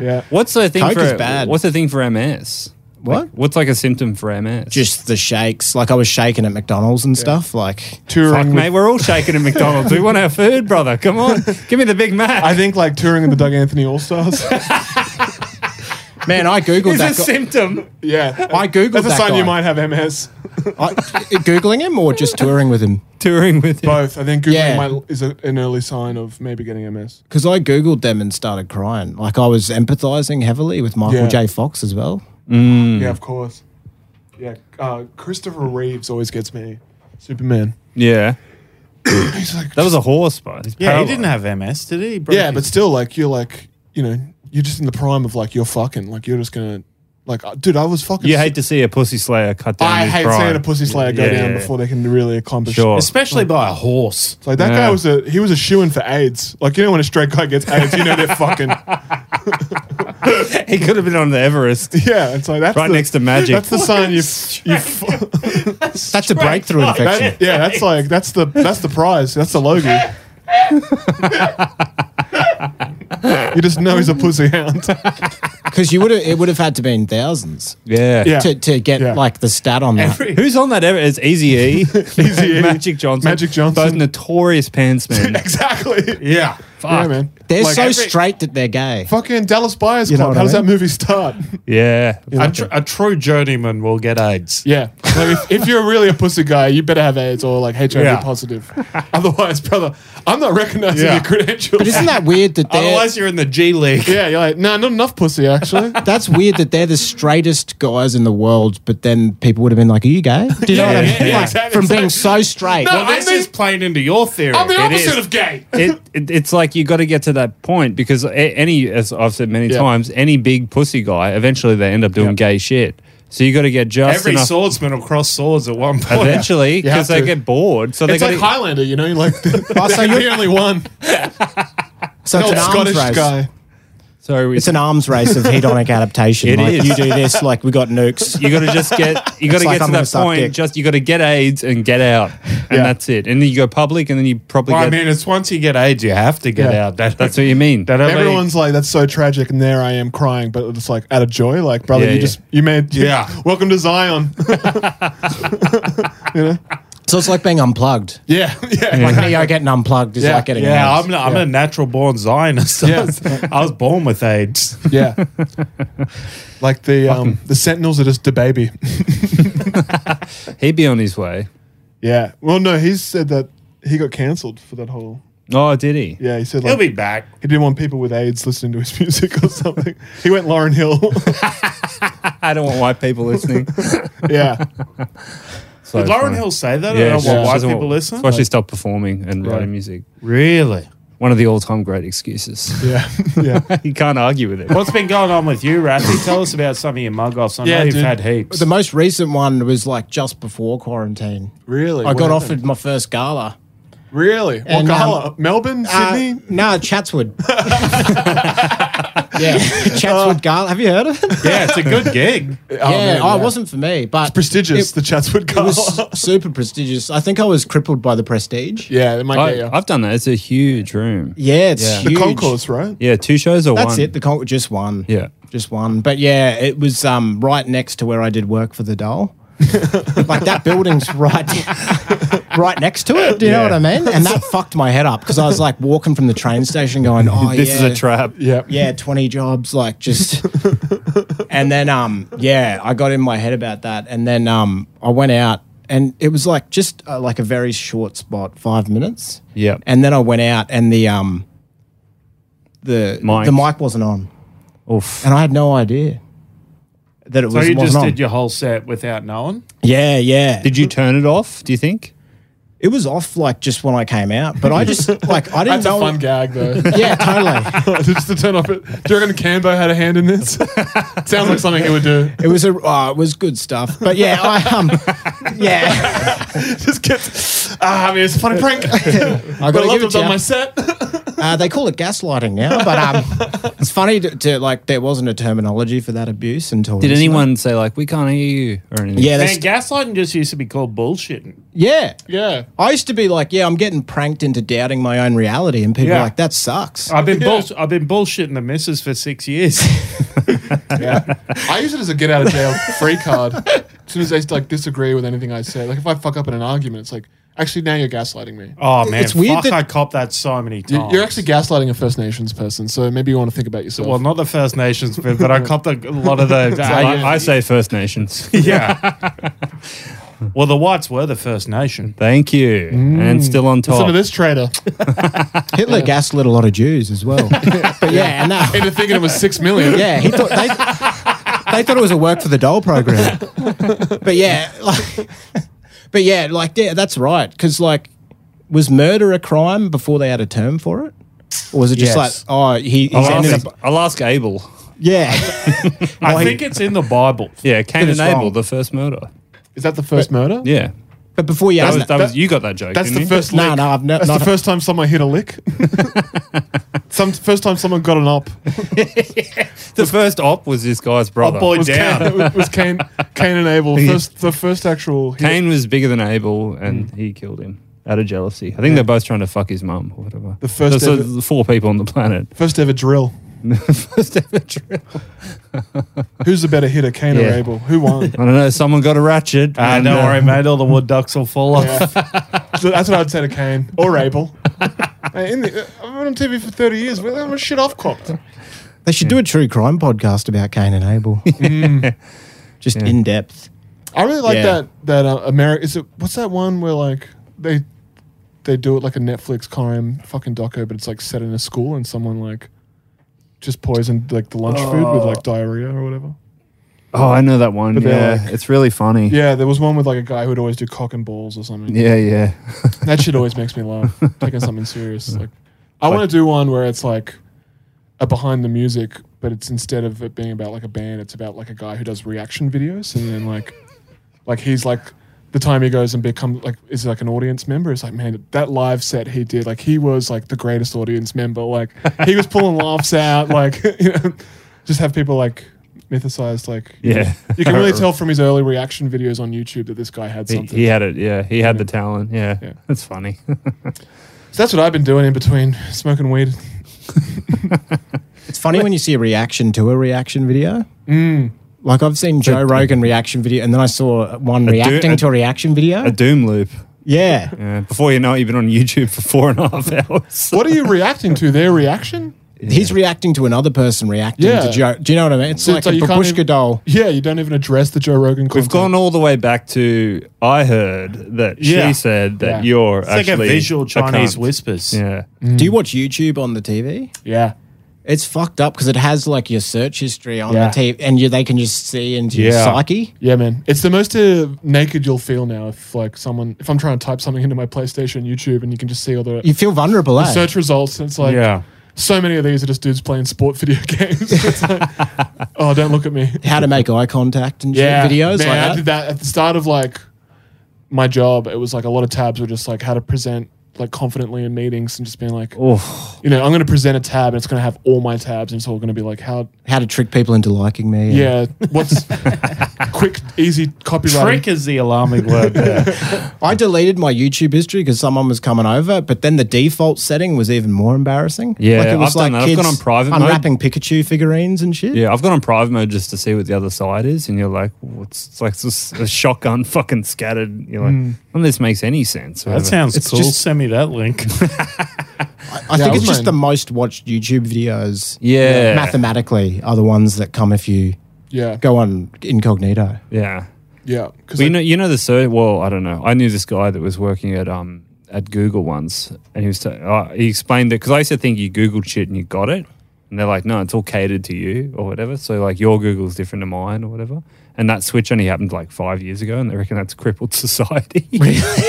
Yeah. [LAUGHS] What's the thing Coke for? is bad. What's the thing for MS? What? What's like a symptom for MS? Just the shakes. Like I was shaking at McDonald's and stuff. Like fuck, Touring with mate. We're all shaking at McDonald's. we want our food, brother. Come on, give me the Big Mac. I think like touring in the Doug Anthony All [LAUGHS] Stars. man, I Googled it's a that. guy- symptom. yeah, I Googled That's a that sign you guy. might have MS. I, Googling him or just touring with him? Touring with him. Both. I think Googling Yeah. might, is a, an early sign of maybe getting MS. Because I Googled them and started crying. Like I was empathizing heavily with Michael Yeah. J. Fox as well. Hmm. Yeah, of course. Yeah, uh, Christopher Reeves always gets me. Superman. Yeah, He's like, that was a horse, but he's yeah, he paralyzed. didn't have MS, did he? he broke yeah, but his- still, like you're like, you know, you're just in the prime of like you're fucking, like you're just gonna, like, uh, dude, I was fucking. You hate to see a pussy slayer cut down. I his hate prime. seeing a pussy slayer go Yeah, down yeah. before they can really accomplish. Sure. especially by a horse. It's like that Yeah. guy was a he was a shoe in for AIDS. Like you know when a straight guy gets AIDS, you know they're fucking. [LAUGHS] [LAUGHS] He could have been on the Everest. Yeah, it's like that's Right the- next to magic. That's the sign you you. fu- That's a breakthrough infection. That- yeah, that's like that's the that's the prize. That's the logo. you just know he's a pussy hound. Because you would have, it would have had to been thousands [LAUGHS] Yeah. Yeah. to, to get Yeah. like the stat on that. Every- Who's on that Everest? It's [LAUGHS] Easy E. Eazy-E. Magic Johnson. Magic Johnson. Those notorious pants men. exactly. yeah. Yeah, man. They're Like so every- straight that they're gay. Fucking Dallas Buyers You know Club. what How I does that mean? movie start? [LAUGHS] yeah. A, tr- a true journeyman will get AIDS. Yeah. Like, if, if you're really a pussy guy, you better have AIDS or like HIV Yeah. positive. Otherwise, brother, I'm not recognizing Yeah. your credentials. But isn't that weird that they're Otherwise, you're in the G League. yeah, you're like, nah, not enough pussy [LAUGHS] actually. that's weird that they're the straightest guys in the world, but then people would have been like, "Are [LAUGHS] you gay?" Do you know what I mean? yeah, Like, exactly. From being so straight. Well, I this mean- is playing into your theory. I'm the It is. opposite of gay. it, it it's like you got to get to that point because a- any as I've said many Yeah. times, any big pussy guy eventually they end up doing gay shit. So you got to get just Every enough swordsman will cross swords at one point. eventually You because have they to. get bored. So they It's like got Highlander, you know, [LAUGHS] you're like Oh, the only one. so it's Old an arms Scottish race. guy. sorry we, It's an arms race [LAUGHS] of hedonic adaptation. It like is. you do this, like we got nukes. you got to just get you got It's to get like to I'm gonna that suck point. dick. Just you got to get AIDS and get out, and Yeah. that's it. And then you go public, and then you probably Well, I get. mean, it's once you get AIDS, you have to get Yeah. out. That, that's what you mean. that only- Everyone's like, that's so tragic, and there I am crying, but it's like out of joy. Like, brother, Yeah, you yeah. just you made Yeah. [LAUGHS] welcome to Zion. So it's like being unplugged. yeah, yeah, Like Neo getting unplugged is Yeah, like getting Yeah, out. I'm, I'm a natural born Zionist. I, Yeah. was, [LAUGHS] I was born with AIDS. yeah. like the um the Sentinels are just the baby. He'd be on his way. yeah. Well, no, he said that he got cancelled for that whole. Oh, did he? Yeah, he said He'll like be back. he didn't want people with AIDS listening to his [LAUGHS] music or something. he went Lauren Hill. [LAUGHS] I don't want white people listening. yeah, So Did Lauren funny. Hill say that? I Yeah, don't she- know yeah. why white doesn't people want- That's listen. why she stopped performing and writing music. Really? One of the all-time great excuses. yeah, yeah. [LAUGHS] you can't argue with it. What's been going on with you, Rafi? Tell us about some of your mug offs. I know Yeah, you've dude. had heaps. The most recent one was like just before quarantine. Really, I What got happened? offered my first gala. Really, And, Wakala, um, Melbourne, [LAUGHS] Uh, Sydney. no, Chatswood. Yeah, Uh, Chatswood Gala. Have you heard of it? Yeah, it's a [LAUGHS] good gig. yeah, man, oh, yeah. it wasn't for me, but it's prestigious. It, the Chatswood it Gala. [LAUGHS] [LAUGHS] was super prestigious. I think I was crippled by the prestige. yeah, it might I, get you. I've done that. It's a huge room. Yeah, it's Yeah. The the huge. concourse, right? Yeah, two shows or one. That's it. The con- just one. Yeah. just one. But yeah, it was um, right next to where I did work for [LAUGHS] the doll. like that building's right, [LAUGHS] right next to it. Do you know Yeah. what I mean? And that fucked my head up because I was like walking from the train station, going, "Oh, this yeah, is a trap. Yeah. yeah, 20 jobs, [LAUGHS] like just. and then, um, yeah, I got in my head about that. And then um, I went out and it was like just uh, like a very short spot, five minutes. Yeah. And then I went out and the, um, the, Mic. the mic wasn't on. Oof. And I had no idea that it So was, you wasn't just on. did your whole set without knowing? yeah, yeah. Did you turn it off? Do you think? it was off like just when I came out, but I just, like, I didn't That's a know. fun gag, [LAUGHS] though. [LAUGHS] yeah, totally. Just to turn off it. Do you reckon Cambo had a hand in this? [LAUGHS] Sounds like something he would do. It was a, oh, it was good stuff. But yeah, I, um, yeah. [LAUGHS] Just gets. Ah, I mean, it's a funny prank. I but got I to love give them it to on you. [LAUGHS] my set. Uh, they call it gaslighting now, but um, it's funny to, to like there wasn't a terminology for that abuse until. Did recently. anyone say like we can't hear you or anything? Yeah, Man, that's, gaslighting just used to be called bullshitting. yeah. yeah. I used to be like, yeah, I'm getting pranked into doubting my own reality, and people Yeah. are like, that sucks. I've [LAUGHS] been bullsh- I've been bullshitting the missus for six years. I use it as a get out of jail free card. As soon as they like disagree with anything I say, like if I fuck up in an argument, it's like, actually, now you're gaslighting me. Oh man, It's weird fuck, that- I copped that so many You- times. You're actually gaslighting a First Nations person, so maybe you want to think about yourself. well, not the First Nations, but, but I copped a lot of [LAUGHS] the. I, I say First Nations. yeah. well, the whites were the First Nation. [LAUGHS] Thank you. And still on Listen to top. this traitor. Hitler gaslit a lot of Jews as well. but yeah, and that, Into thinking it was six million. yeah, he thought they they thought it was a work for the doll program. but yeah, like, but yeah, like yeah, that's right. Because like, was murder a crime before they had a term for it? Or was it just Yes. like, oh, he, he's I'll ended ask, up, I'll ask Abel. yeah. [LAUGHS] I think it's in the Bible. Yeah, Cain it's and Abel, wrong. the first murder. Is that the first murder? Yeah. But before you That ask was, that was, you got that joke. That's didn't the you? first. No, lick. no, I've ne- That's not- the first time someone hit a lick. Some first time someone got an op. The first op was this guy's brother. boy. Was Down. Cain, was Cain, Cain [LAUGHS] and Abel first, the first actual? Hit. Cain was bigger than Abel, and he killed him out of jealousy. I think they're both trying to fuck his mum or whatever. The first so, ever- the four people on the planet. First ever drill. first ever drill. Who's the better hitter, Cain or Yeah. Abel? [LAUGHS] Who won? I don't know. Someone got a ratchet. Ah, and, don't uh, worry, mate. All the wood ducks will fall off. So That's what I'd say to Cain or Abel. Hey, in the, uh, I've been on TV for thirty years. Well, I'm a shit off copped. They should do a true crime podcast about Cain and Abel. [LAUGHS] Just in depth. I really like Yeah. that that uh, America. Is it what's that one where like they they do it like a Netflix crime fucking doco, but it's like set in a school and someone like just poisoned like the lunch food with like diarrhea or whatever. Oh, I know that one. But they're Yeah, like- it's really funny. Yeah, there was one with like a guy who'd always do cock and balls or something. yeah, yeah. That shit always makes me laugh. Taking [LAUGHS] something serious. Like, I want to do one where it's like a behind the music, but it's instead of it being about like a band, it's about like a guy who does reaction videos, and then like, like he's like the time he goes and becomes like is like an audience member. It's like man, that live set he did, like he was like the greatest audience member. Like he [LAUGHS] was pulling laughs out. Like [LAUGHS] you know, just have people like mythicized. Like Yeah. you [LAUGHS] can really tell from his early reaction videos on YouTube that this guy had He, something. he had it. Yeah, he had the talent. Yeah, Yeah. that's funny. [LAUGHS] So that's what I've been doing in between smoking weed. It's funny when you see a reaction to a reaction video. Like I've seen Joe Rogan reaction video, and then I saw one do- reacting a- to a reaction video. a doom loop. yeah. Yeah. Before you know it, you've been on YouTube for four and a half [LAUGHS] hours. What are you reacting to? Their reaction? he's reacting to another person reacting Yeah. to Joe. Do you know what I mean? It's So- like so a you can't babushka even- doll. Yeah, you don't even address the Joe Rogan content. We've gone all the way back to I heard that Yeah. she said that Yeah. you're It's like actually a visual Chinese cunt. whispers. Yeah. Mm. Do you watch YouTube on the TV? Yeah. It's fucked up because it has like your search history on Yeah. the TV, and you, they can just see into your Yeah. psyche. Yeah, man. It's the most uh, naked you'll feel now if like someone if I'm trying to type something into my PlayStation YouTube and you can just see all the You feel vulnerable. Eh? search results and it's like Yeah. so many of these are just dudes playing sport video [LAUGHS] games. it's [LAUGHS] like Oh, don't look at me. How to make eye contact and shit Yeah. videos man, I like that. did that at the start of like my job, it was like a lot of tabs were just like how to present like confidently in meetings and just being like, Oh, you know, I'm going to present a tab and it's going to have all my tabs and it's all going to be like how How to trick people into liking me. yeah, [LAUGHS] what's quick easy copyright Trick is the alarming [LAUGHS] word there. I deleted my YouTube history because someone was coming over, but then the default setting was even more embarrassing. Yeah, I've done that. I've gone on private mode. unwrapping Pikachu figurines and shit. yeah. I've gone on private mode just to see what the other side is, and you're like, what's it's like this, a shotgun [LAUGHS] fucking scattered. You're like, none of this makes any sense. Mm. That whatever. sounds It's cool. just- Send me that link. I Yeah, think I it's was just mine. the most watched YouTube videos. Yeah. mathematically are the ones that come if you yeah go on incognito. yeah. yeah because Well, you know, you know the sur- well. I don't know. I knew this guy that was working at um at Google once, and he was ta- uh, he explained that because I used to think you googled shit and you got it, and they're like, no, it's all catered to you or whatever. So like your Google's different to mine or whatever. And that switch only happened like five years ago, and they reckon that's crippled [LAUGHS] society.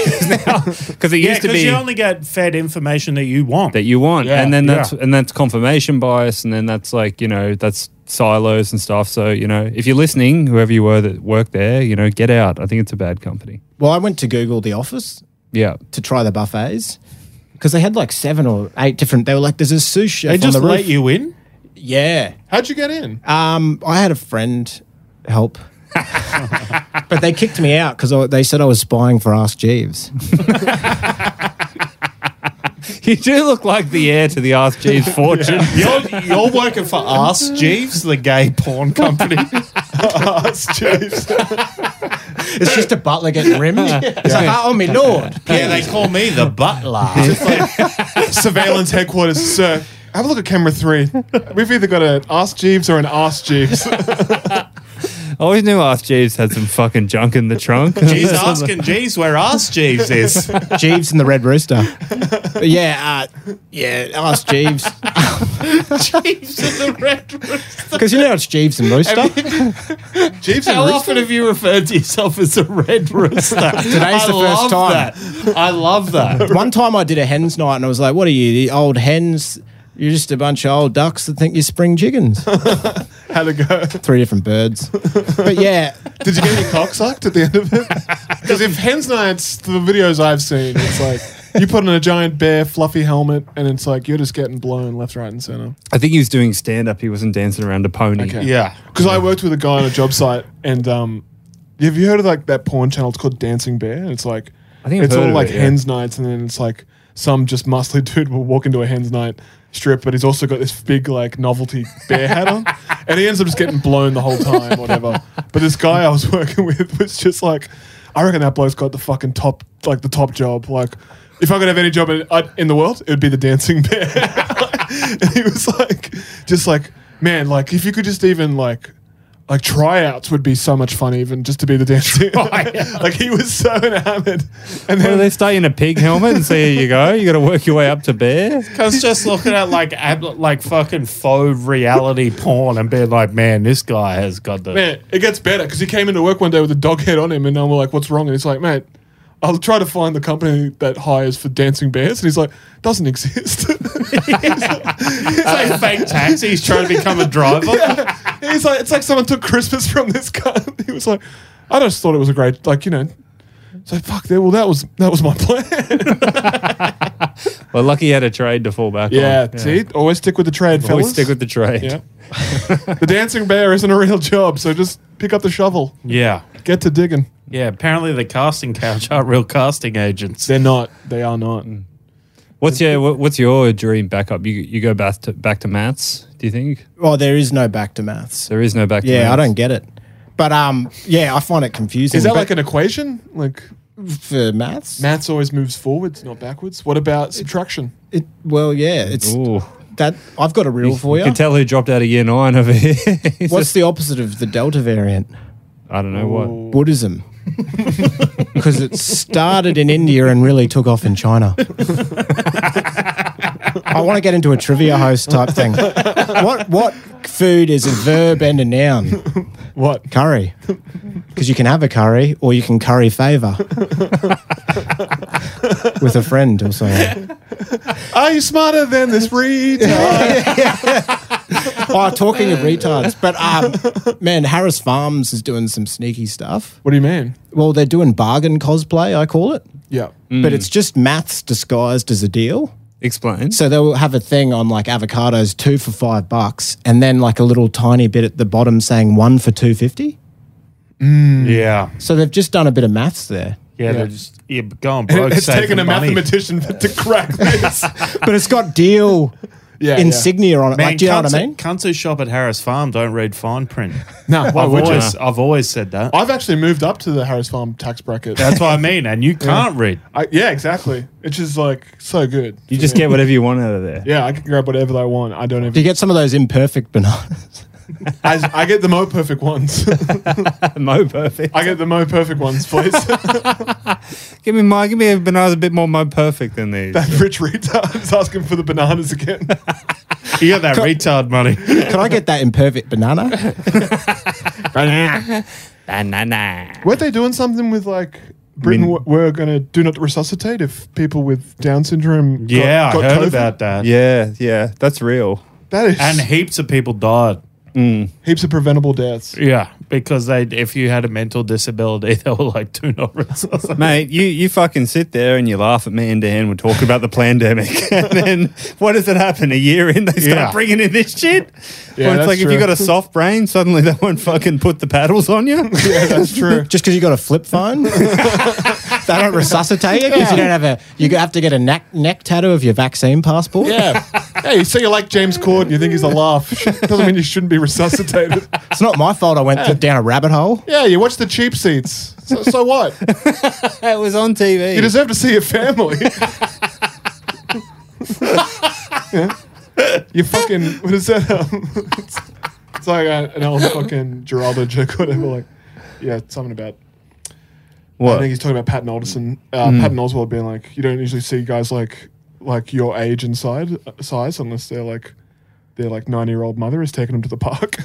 Because it yeah, used to be because you only get fed information that you want. that you want, Yeah, and then yeah. that's and that's confirmation bias, and then that's like you know that's silos and stuff. So you know if you're listening, whoever you were that worked there, you know get out. I think it's a bad company. Well, I went to Google The Office Yeah. [LAUGHS] to try the buffets because they had like seven or eight different. They were like, "There's a sushi chef they on just the let roof." you in. Yeah, how'd you get in? um, I had a friend help, [LAUGHS] but they kicked me out because they said I was spying for Ask Jeeves. You do look like the heir to the Ask Jeeves fortune. You're, you're working for us, Jeeves, the gay porn company. It's just a butler getting rimmed. [LAUGHS] It's like, oh my lord! yeah, they call me the [LAUGHS] butler. surveillance headquarters, sir. Have a look at camera three. We've either got an ass Jeeves or an ass Jeeves. [LAUGHS] I always knew Ask Jeeves had some fucking junk in the trunk. Jeeves asking Jeeves where us Jeeves is. Jeeves and the Red Rooster. But yeah, uh, yeah, Ask Jeeves Jeeves in the red room. because you know it's Jeeves and Rooster. Jeeves and How Rooster? often have you referred to yourself as a red [LAUGHS] rooster? Today's the first time. That. I love [LAUGHS] that. One time I did a hens night and I was like, "What are you, the old hens? You're just a bunch of old ducks that think you're spring chickens." How'd it go? Three different birds, but yeah, Did you get any cock sucked at the end of it? Because if Hens Nights, the videos I've seen, it's like you put on a giant bear fluffy helmet and it's like you're just getting blown left, right, and center. I think he was doing stand up. He wasn't dancing around a pony. Okay. Yeah. Because I worked with a guy on a job site and um, have you heard of like that porn channel? It's called Dancing Bear. And it's like, I think I've it's heard all of like it, yeah. Hens Nights and then it's like some just muscly [LAUGHS] dude will walk into a Hens Night strip, but he's also got this big like novelty bear [LAUGHS] hat on. And he ends up just getting blown the whole time, whatever. But this guy I was [LAUGHS] working with was just like, I reckon that bloke's got the fucking top, like the top job. Like, if I could have any job in, I'd- in the world, it would be the dancing bear. and [LAUGHS] he was like, just like, man, like if you could just even like, like tryouts would be so much fun, even just to be the dancing. [LAUGHS] like he was so enamored, and [LAUGHS] Well, then they stay in a pig helmet and say, here you go. You got to work your way up to bear. I was just looking at like ab- like fucking faux reality porn and being like, man, this guy has got the. man, it gets better because he came into work one day with a dog head on him, and I'm like, "What's wrong?" And he's like, "Mate, I'll try to find the company that hires for dancing bears," and he's like, "Doesn't exist." [LAUGHS] It's [LAUGHS] like fake taxi. He's trying to become a driver. And he's like, "It's like someone took Christmas from this guy." [LAUGHS] He was like, "I just thought it was a great, like, you know." It's like, fuck. There, well, that was that was my plan. Well, lucky he had a trade to fall back Yeah, on. see, always stick with the trade, Always fellas. stick with the trade. yeah. [LAUGHS] the dancing bear isn't a real job, so just pick up the shovel, [LAUGHS] Yeah. get to digging. Yeah. Apparently, the casting couch aren't real casting agents. They're not. They are not. What's your what- What's your dream backup? You you go back to back to maths? Do you think well, there is no back to maths. there is no back? to Yeah, I maths? don't get it. But um, yeah, I find it confusing. Is that But like an equation? Like for maths? maths always moves forwards, not backwards. What about subtraction? It, well, yeah, it's Ooh. that. I've got a riddle for You you. can tell who dropped out of year nine over here. [LAUGHS] He's What's just- the opposite of the Delta variant? I don't know what. Buddhism. Because it started in India and really took off in China. I want to get into a trivia host type thing. What what food is a verb and a noun? What? Curry. Because you can have a curry or you can curry favour with a friend or something. Are you smarter than this retard? Oh, talking of retards, but um, man, Harris Farms is doing some sneaky stuff. what do you mean? Well, they're doing bargain cosplay, I call it. Yeah. but it's just maths disguised as a deal. Explain. So they'll have a thing on like avocados, two for five bucks, and then like a little tiny bit at the bottom saying one for two fifty. Mm. Yeah. So they've just done a bit of maths there. Yeah, they're just you're going It- broke. [LAUGHS] it's saving taken a money. mathematician [LAUGHS] to crack this. But it's got deal yeah. insignia on it. Man, like, do you know cunts what I who- mean? Cunts who shop at Harris Farm don't read fine [LAUGHS] print. No, I've always, I've always said that. I've actually moved up to the Harris Farm tax bracket. That's what I mean. [LAUGHS] And you can't read. I, yeah, exactly. It's just like so good. You [LAUGHS] just get whatever you want out of there. Yeah, I can grab whatever I want. I don't Do you even. get some of those imperfect bananas? [LAUGHS] As, I get the mo perfect [LAUGHS] ones. [LAUGHS] Mo perfect. I get the mo perfect ones, [LAUGHS] please. Give me my give me a banana a bit more mo perfect than these. Rich retard is asking for the bananas again. You got that retard money. Can I get that imperfect banana? [LAUGHS] Banana. Weren't they doing something with like Britain? w were going to do not resuscitate if people with Down syndrome. got- Yeah, got I heard COVID? about that. Yeah, yeah, that's real. That is And heaps of people died. heaps of preventable deaths. Yeah, because they if you had a mental disability, [LAUGHS] they were like, do not resuscitate. Mate, you, you fucking sit there and you laugh at me and Dan. We're talking about the pandemic. [LAUGHS] and then what does it happen? A year in, they start Yeah. bringing in this shit? Yeah, Where it's that's like if true. you got a soft brain, suddenly they won't fucking put the paddles on [LAUGHS] you. Yeah, that's true. Just because you got a flip phone, [LAUGHS] they don't resuscitate you because you don't have a. You have to get a neck neck tattoo of your vaccine passport. [LAUGHS] Yeah. Hey, so you like James Corden, you think he's a laugh. [LAUGHS] Doesn't mean you shouldn't be [LAUGHS] resuscitated. It's not my fault. I went down a rabbit hole. Yeah, you watch the cheap seats. So, so what? it was on TV. You deserve to see your family. Yeah. You fucking what is that? [LAUGHS] Um, it's, it's like a, an old fucking Geraldo joke, whatever. Like, yeah, something about. I what? think he's talking about Patton Alderson, uh, Patton Oswald being like, you don't usually see guys like like your age and side, size unless they're like their like nine year old mother is taking them to the park.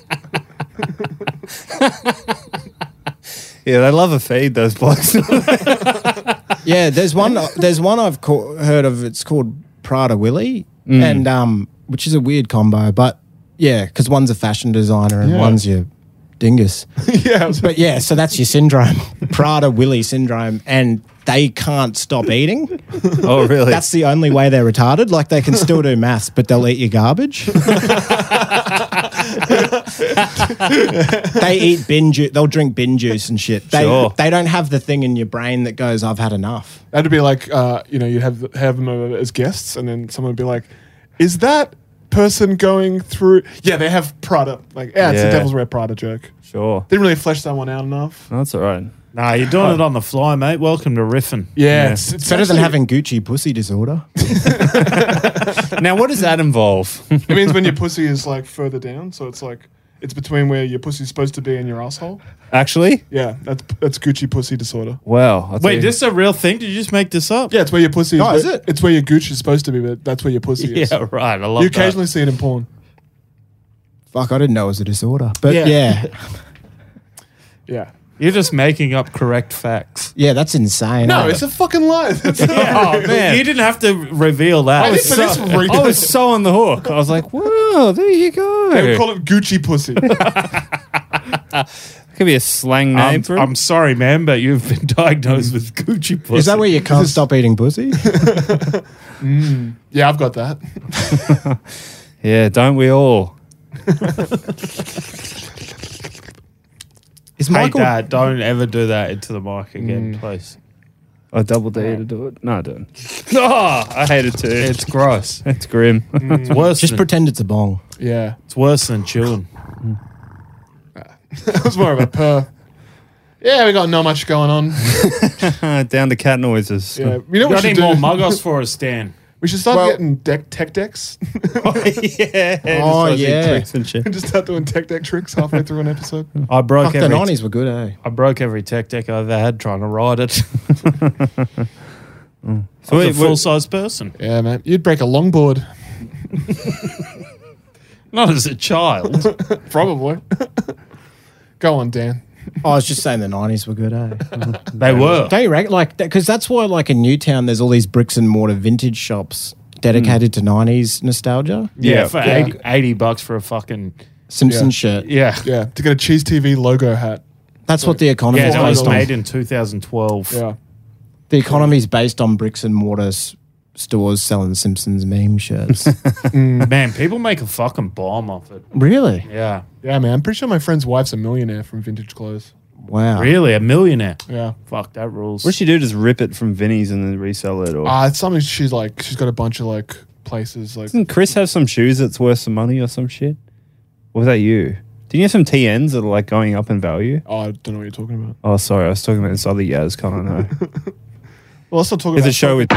[LAUGHS] yeah, they love a feed, those blokes. [LAUGHS] Yeah, there's one. There's one I've ca- heard of. It's called Prada Willie, Mm. and um, which is a weird combo, but yeah, because one's a fashion designer and Yeah. one's your dingus. yeah, I was- But yeah, so that's your syndrome, [LAUGHS] Prada Willie syndrome, and they can't stop eating. oh, really? That's the only way they're retarded. Like they can still do maths, but they'll eat your garbage. they eat bin juice. They'll drink bin juice and shit. They Sure. they don't have the thing in your brain that goes, "I've had enough." That'd be like, uh, you know, you'd have have them over as guests, and then someone would be like, "Is that person going through?" Yeah, they have Prada. Like, yeah, it's a Yeah. Devil's Wear Prada joke. sure. Didn't really flesh that one out enough. No, that's all right. [LAUGHS] Nah, you're doing it on the fly, mate. Welcome to riffing. Yeah, It's, it's It's better than actually- having Gucci pussy disorder. Now, what does that [LAUGHS] involve? It means when your pussy is like further down, so it's like it's between where your pussy's supposed to be and your asshole. Actually? Yeah, that's that's Gucci pussy disorder. Wow. Wait, this is a real thing? Did you just make this up? Yeah, it's where your pussy. Oh, is where- it? It's where your Gucci is supposed to be, but that's where your pussy is. [LAUGHS] Yeah, right. I love You that. occasionally see it in porn. Fuck, I didn't know it was a disorder. But Yeah. yeah, yeah, Yeah. You're just making up correct [LAUGHS] facts. that's insane. No, eh? it's a fucking lie. [LAUGHS] That's not Oh, real. man. You didn't have to reveal that. I didn't for this reason. [LAUGHS] I was so on the hook. I was like, wow, there you go. They would call it Gucci [LAUGHS] pussy. Could be a slang name I'm, for it. I'm sorry, man, but you've been [LAUGHS] diagnosed with Gucci pussy. Is that where you can't stop eating pussy? yeah, I've got that. yeah, don't we all? Is Hey, Michael? Dad, don't ever do that into the mic again, please. I double D to do it. No, I don't. No, Ah, I hate it too. It's It's, Mm. gross. it's grim. It's worse. Just than, pretend it's a bong. Yeah. [LAUGHS] it's worse than chewing. It was more of a purr. Yeah, we got not much going [LAUGHS] on. Down to cat noises. Yeah, you know You what got we any should do? more muggos for us, Dan? we should start Well- getting deck tech decks. [LAUGHS] [LAUGHS] yeah. Oh, just like yeah. tricks and shit. Just start doing tech deck tricks halfway through an episode. I broke Fuck, the every. nineties were good, eh? I broke every tech deck I ever had trying to ride it. [LAUGHS] Mm. So I wait, was a wait, full size person, Yeah, man, you'd break a longboard not as a child. probably. [LAUGHS] Go on, Dan. I was just saying the nineties were good, eh? [LAUGHS] they were. Don't you reckon? Like, because that's why, like in Newtown, there's all these bricks and mortar vintage shops dedicated to '90s nostalgia. Yeah, Yeah. for Yeah. 80, 80 bucks for a fucking Simpson shirt. yeah. Yeah, to get a cheese TV logo hat. That's what the economy Yeah, is that was based on. made in 2012. Yeah. The economy is based on bricks and mortar s- stores selling Simpsons meme shirts. Man, people make a fucking bomb off it. really? Yeah. Yeah, man. I'm pretty sure my friend's wife's a millionaire from vintage clothes. Wow. Really? A millionaire? Yeah. Fuck, that rules. What she do? Just rip it from Vinny's and then resell it, or Uh, it's something she's like, she's got a bunch of like places. Like, doesn't Chris have some shoes that's worth some money or some shit? Or was that you? Do you have some TNs that are like going up in value? oh, I don't know what you're talking about. Oh, sorry, I was talking about this other Yaz con. I know. Well, let's not talk It's about, a show with [LAUGHS]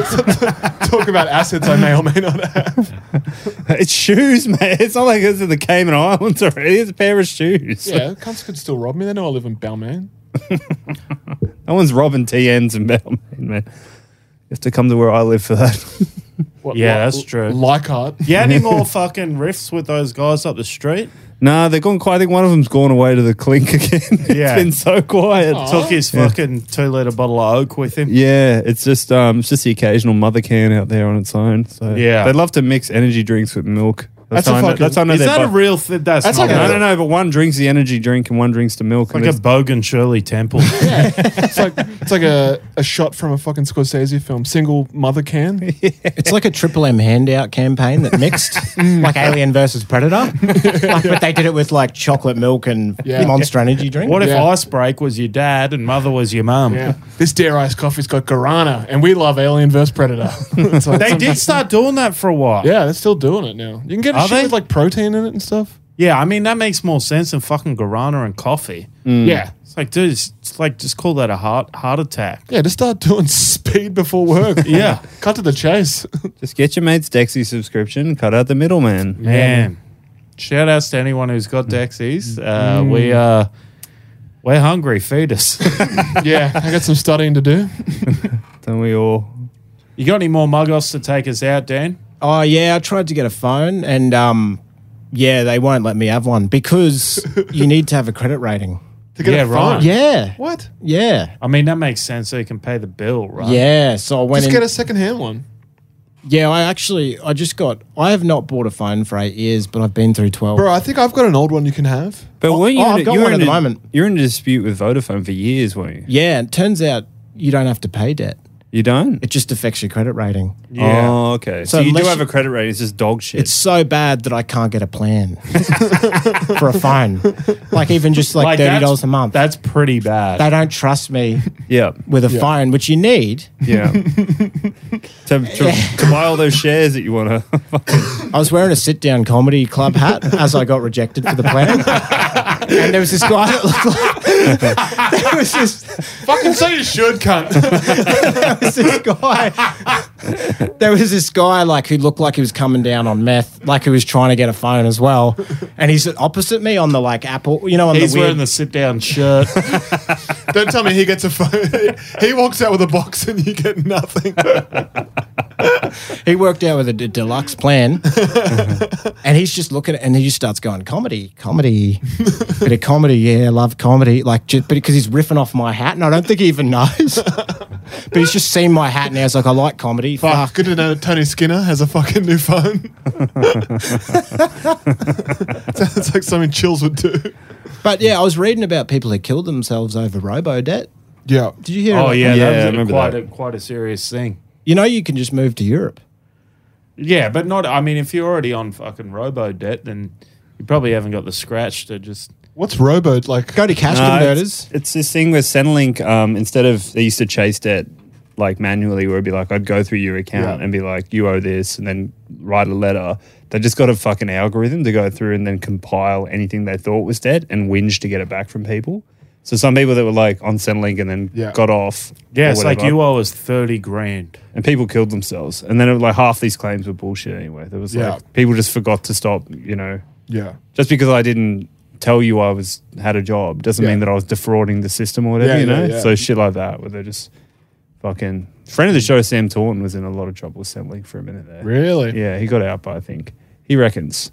talk about assets I may or may not have. it's shoes, man. It's not like it's in the Cayman Islands [LAUGHS] already. It's a pair of shoes. [LAUGHS] yeah, cunts could still rob me. They know I live in Balmain. [LAUGHS] No one's robbing TNs in Belmain, man. You have to come to where I live for that. [LAUGHS] What, Yeah, that's true. Leichhardt. you [LAUGHS] had any more fucking riffs with those guys up the street? nah, they're gone quiet. I think one of them's gone away to the clink again. [LAUGHS] It's Yeah. been so quiet. Took his fucking two liter bottle of oak with him. Yeah, it's just um, it's just the occasional mother can out there on its own. So Yeah. they love to mix energy drinks with milk. That's, That's a how I know- fucking- that's how I know Is they're that a bu- real thing? That's, That's not like a- No, right. no, no. But one drinks the energy drink and one drinks the milk. and Like a Bogan Shirley Temple. It's like it's like a, a shot from a fucking Scorsese film. Single [LAUGHS] mother can. It's like a Triple M handout campaign that mixed, [LAUGHS] like Alien versus Predator. like, But they did it with like chocolate milk and Yeah. Monster Energy [LAUGHS] drink. What if Yeah. Icebreak was your dad and Mother was your mum? Yeah. This Dare Ice coffee's got guarana, and we love Alien vs [LAUGHS] Predator. It's like- They did start doing that for a while. Yeah, they're still doing it now. You can get a Are shit they? with like protein in it and stuff. Yeah, I mean, that makes more sense than fucking guarana and coffee. Yeah. It's like, dude, it's, it's like, just call that a heart heart attack. Yeah, just start doing [LAUGHS] speed before work. [LAUGHS] Yeah. Cut to the [LAUGHS] chase. Just get your mate's Dexy subscription. Cut out the middleman. Man. Shout outs to anyone who's got Dexies. Uh, We, uh, we're hungry. Feed us. [LAUGHS] yeah, I got some studying to do. Then we all. you got any more mug offs to take us out, Dan? Oh yeah, I tried to get a phone, and um, yeah, they won't let me have one because you need to have a credit rating. To get Yeah, a right. phone. Yeah, What? yeah, I mean, that makes sense so you can pay the bill, right? yeah. So I went. Just In, get a secondhand one. yeah, I actually, I just got. I have not bought a phone for eight years, but I've been through twelve. Bro, I think I've got an old one you can have. But weren't you? oh, in a- I've got you were one at in the a- moment. You're in a dispute with Vodafone for years, weren't you? Yeah, it turns out you don't have to pay debt. You don't. It just affects your credit rating. Yeah. Oh, okay. So, So you do unless have you- a credit rating. It's just dog shit. It's so bad that I can't get a plan [LAUGHS] for a phone. Like even just like, thirty dollars that's- a month. That's pretty bad. they don't trust me yeah. with a phone, which you need. Yeah. to, to, to buy all those shares that you want to. I was wearing a sit down comedy club hat as I got rejected for the plan. [LAUGHS] and there was this guy that looked like [LAUGHS] there was this, Fucking say you should, cunt. there was this guy there was this guy like who looked like he was coming down on meth, like he was trying to get a phone as well. And he's opposite me on the like Apple, you know, [LAUGHS] on He's the weird wearing the sit down shirt. Don't tell me he gets a phone. he walks out with a box and [LAUGHS] you get nothing. He worked out with a d- [LAUGHS] deluxe plan, and he's just looking, at, and he just starts going comedy, comedy, bit of comedy. Yeah, love comedy. Like, just, but because he's riffing off my hat, and I don't think he even knows. [LAUGHS] but he's just seen my hat, and he's like, I like comedy. Fuck, Fuck. good to know that Tony Skinner has a fucking new [LAUGHS] phone. Sounds like something Chills would do. But yeah, I was reading about people who killed themselves over robo debt. Yeah. Did you hear? oh, about- yeah. Yeah, I that was remember quite, that. A, quite a serious thing. You know, you can just move to Europe. Yeah, but not. I mean, if you're already on fucking robo debt, then you probably haven't got the scratch to just. What's Robo like? Go to cash No, converters. Uh, It's, it's this thing with Centrelink. Um, instead of they used to chase debt like manually, where it'd be like I'd go through your account Yeah. and be like, you owe this, and then write a letter. They just got a fucking algorithm to go through and then compile anything they thought was debt and whinge to get it back from people. So some people that were like on Centrelink and then Yeah. got off. Yeah, or it's like whatever, you owe us 30 grand. and people killed themselves. And then it, was like half these claims were bullshit anyway. There was Yeah. like people just forgot to stop. You know, Yeah. just because I didn't tell you I was had a job doesn't Yeah. mean that I was defrauding the system or whatever, Yeah, you know? yeah, yeah. So shit like that where they're just fucking friend of the show, Sam Taunton, was in a lot of trouble with Centrelink for a minute there. Really? Yeah, he got out by I think. He reckons.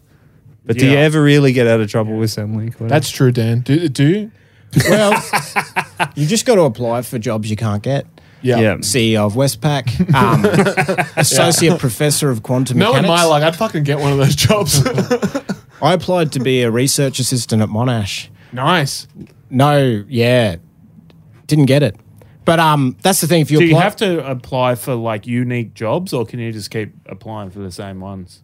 But do you Yeah. ever really get out of trouble with Centrelink? Whatever. That's true, Dan. Do, do you? well, [LAUGHS] you just got to apply for jobs you can't get. Yeah. yeah. CEO of Westpac, [LAUGHS] um, associate professor of quantum No, in mechanics. my luck, I'd fucking get one of those jobs. I applied to be a research assistant at Monash. nice. no, yeah, didn't get it. But um, that's the thing. If you Do you apply, have to apply for like unique jobs, or can you just keep applying for the same ones?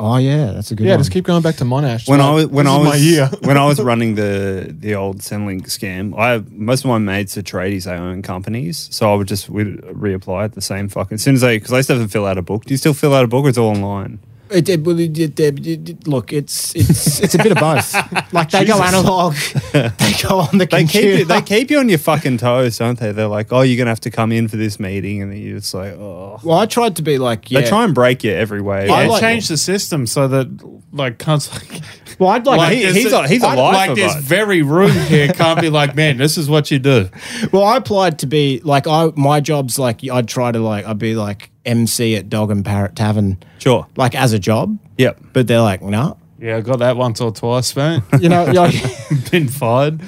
oh yeah, that's a good. [LAUGHS] Yeah, one. just keep going back to Monash. when Like, I was when this I is was my year. [LAUGHS] when I was running [LAUGHS] the the old Centrelink scam, I most of my mates are tradies. They own companies, so I would just we'd reapply at the same fucking as soon as I because I used to have to fill out a book. Do you still fill out a book? Or it's all online. It, it, well, it, it, it, it- look, it's it's it's a bit of both. [LAUGHS] Like they go [LAUGHS] analog, they go on the They keep computer. you, they keep you on your fucking toes, don't they? They're like, oh, you're gonna have to come in for this meeting, and then you're just like, oh. well, I tried to be like, yeah. They try and break you every way. Yeah, It's- like- change the system so that like cunts like, well, I'd like, Like, he- this he's is- a- he's a lifer, like this bud. very room here can't be like, man, this is what you do. well, I applied to be like, I my job's like, I'd try to like, I'd be like MC at Dog and Parrot Tavern, sure. like as a job. Yep. But they're like, nah, Yeah, I got that once or twice, [LAUGHS] mate. [LAUGHS] you [LAUGHS] know, like, Been fired.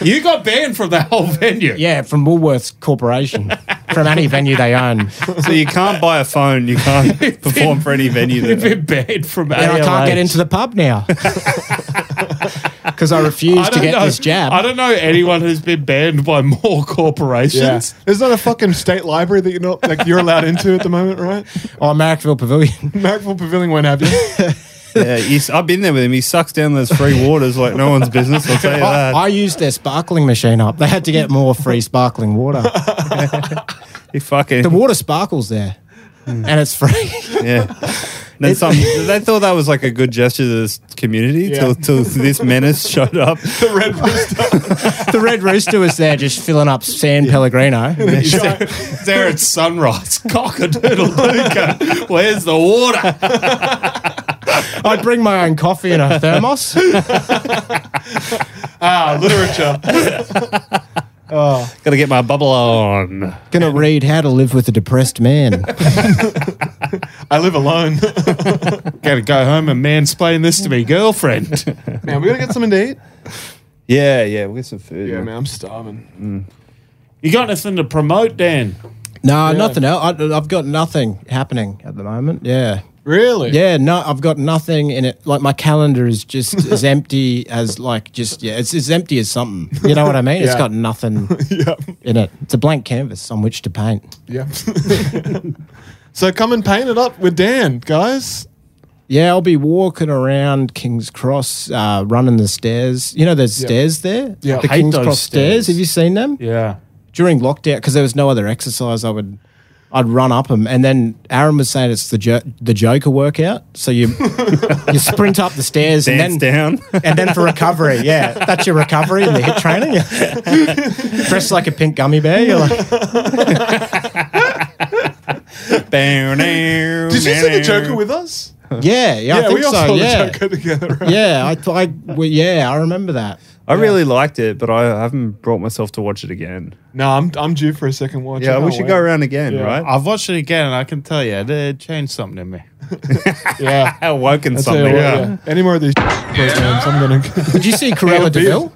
you got banned from the whole venue. yeah, from Woolworths Corporation, [LAUGHS] from any venue they own. So you can't buy a phone. You [LAUGHS] can't perform for any venue. You've That, been banned from And I can't get ALH. into the pub [LAUGHS] now because I refuse to don't get know- this jab. I don't know anyone who's been banned by more Yeah. corporations. Is that a fucking state library that you're not like you're allowed into at the moment, [LAUGHS] right? Oh, [LAUGHS] Marrickville Pavilion. Marrickville Pavilion won't have you. [LAUGHS] yeah, he's, I've been there with him. He sucks down those free waters like no one's business. I'll [LAUGHS] tell you I, that. I used their sparkling machine up. They had to get more free sparkling [LAUGHS] water. He fucking The water sparkles there, Hmm. and it's [LAUGHS] free. yeah. Then some, they thought that was like a good gesture to this community till, till this menace showed up. the Red Rooster was there just filling up San [LAUGHS] Pellegrino. there at sunrise, [LAUGHS] cock a [LAUGHS] doodle doo. Where's the water? I'd bring my own coffee in [LAUGHS] a thermos. ah, literature. Oh. Got to get my bubble on. Gonna read How to Live with a Depressed [LAUGHS] Man. I live alone. Gotta go home and mansplain this to me girlfriend. [LAUGHS] man, we gotta get something to eat. [LAUGHS] Yeah, yeah. We'll get some food. Yeah, man, I'm starving. You got nothing to promote, Dan? No, nothing else. I, I've got nothing happening at the moment. Yeah. Really? Yeah, no, I've got nothing in it. Like my calendar [LAUGHS] is just as empty as like just yeah, it's as empty as something. You know what I mean? It's Yeah. got nothing [LAUGHS] Yeah. in it. It's a blank canvas on which to paint. Yeah. [LAUGHS] so come and paint it up with Dan, guys. Yeah, I'll be walking around King's Cross, uh, running the stairs. You know, there's stairs there. Yeah. the I hate King's those Cross stairs. stairs. Have you seen them Yeah. during lockdown? Because there was no other exercise, I would. I'd run up them, and then Aaron was saying it's the jo- the Joker workout. [LAUGHS] So you you sprint up the stairs Dance and then down. and then for recovery, yeah, that's your recovery in the hit training. [LAUGHS] Dressed like a pink gummy bear, you're like, Did Did you see the Joker with us? yeah, yeah, I yeah, think we all so, saw yeah, the Joker [LAUGHS] together. Right? yeah, I, th- I, well, yeah, I remember that. I really liked it, but I haven't brought myself to watch it again. No, I'm I'm due for a second watch. Yeah, I we can't should wait. go around again, Yeah. right? I've watched it again and I can tell you, it changed something in [LAUGHS] me. Yeah. I woken Tell you something. what, up. yeah. Any more of these [LAUGHS] programs, I'm gonna. [LAUGHS] Did you see Corella Deville?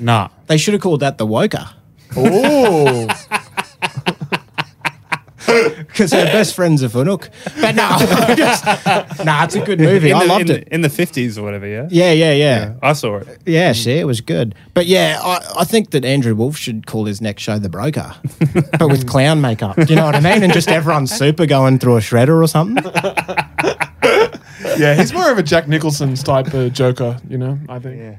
Nah. They should have called that the Woker [LAUGHS] oh, because her best friends are Funuk. But [LAUGHS] no, I'm just, nah, it's a good movie. In I the- loved in, it. in the fifties or whatever. Yeah? Yeah, yeah, yeah, I saw it. yeah. She, it was good. But yeah, I, I think that Andrew Wolf should call his next show The Broker, but with clown makeup. Do you know what I mean? And just everyone's super going through a shredder or something. yeah. He's more of a Jack Nicholson's type of Joker, you know. I think. Yeah.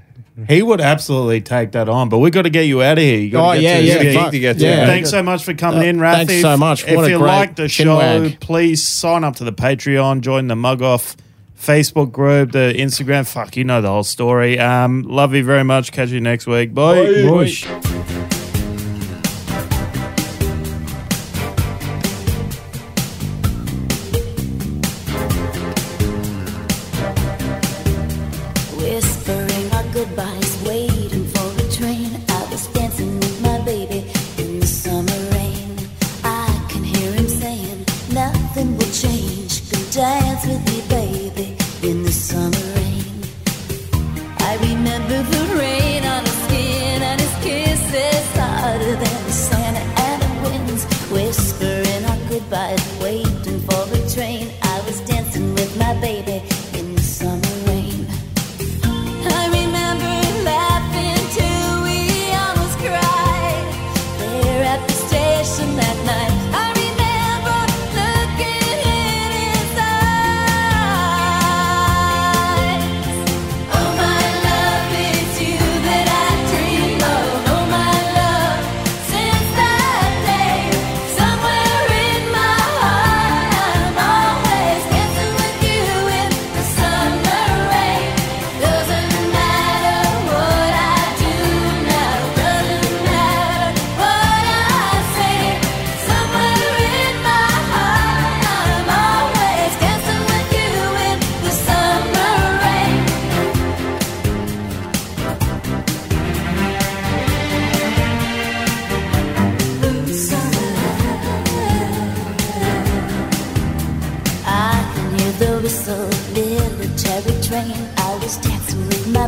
He would absolutely take that on, but we got to get you out of here. You gotta Oh, get yeah, to- yeah, you gotta fuck, get to get to yeah. it. Thanks so much for coming Uh, in, Rafi. thanks so much. If What a you great like the chin show, wag. please sign up to the Patreon, join the Mug Off Facebook group, the Instagram. Fuck, you know the whole story. Um, love you very much. Catch you next week. Bye. Bush. Whispering our goodbyes, waiting for a train. I was dancing with my baby in the summer rain. I can hear him saying, Nothing will change. Come dance with me, baby, in the summer rain. I remember the rain on his skin and his kisses Oh, Oh,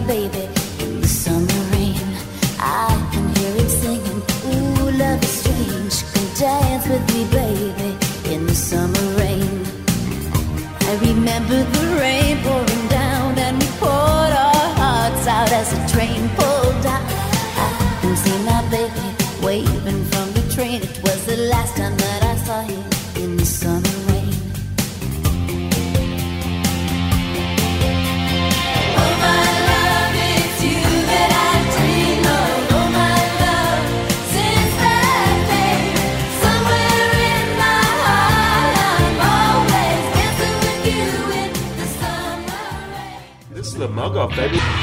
baby in the summer rain. I can hear it singing, Ooh, love is strange. Come dance with me, baby, in the summer rain. I remember the rain pouring down, and we poured our hearts out as the train pulled out. I can see my baby waving from the train. It was the last time that I saw him in the summer rain. Oh my love, it's you that I dream of. Oh my love, since that day, somewhere in my heart, I'm always dancing with you in the summer rain. This is the mug off, baby.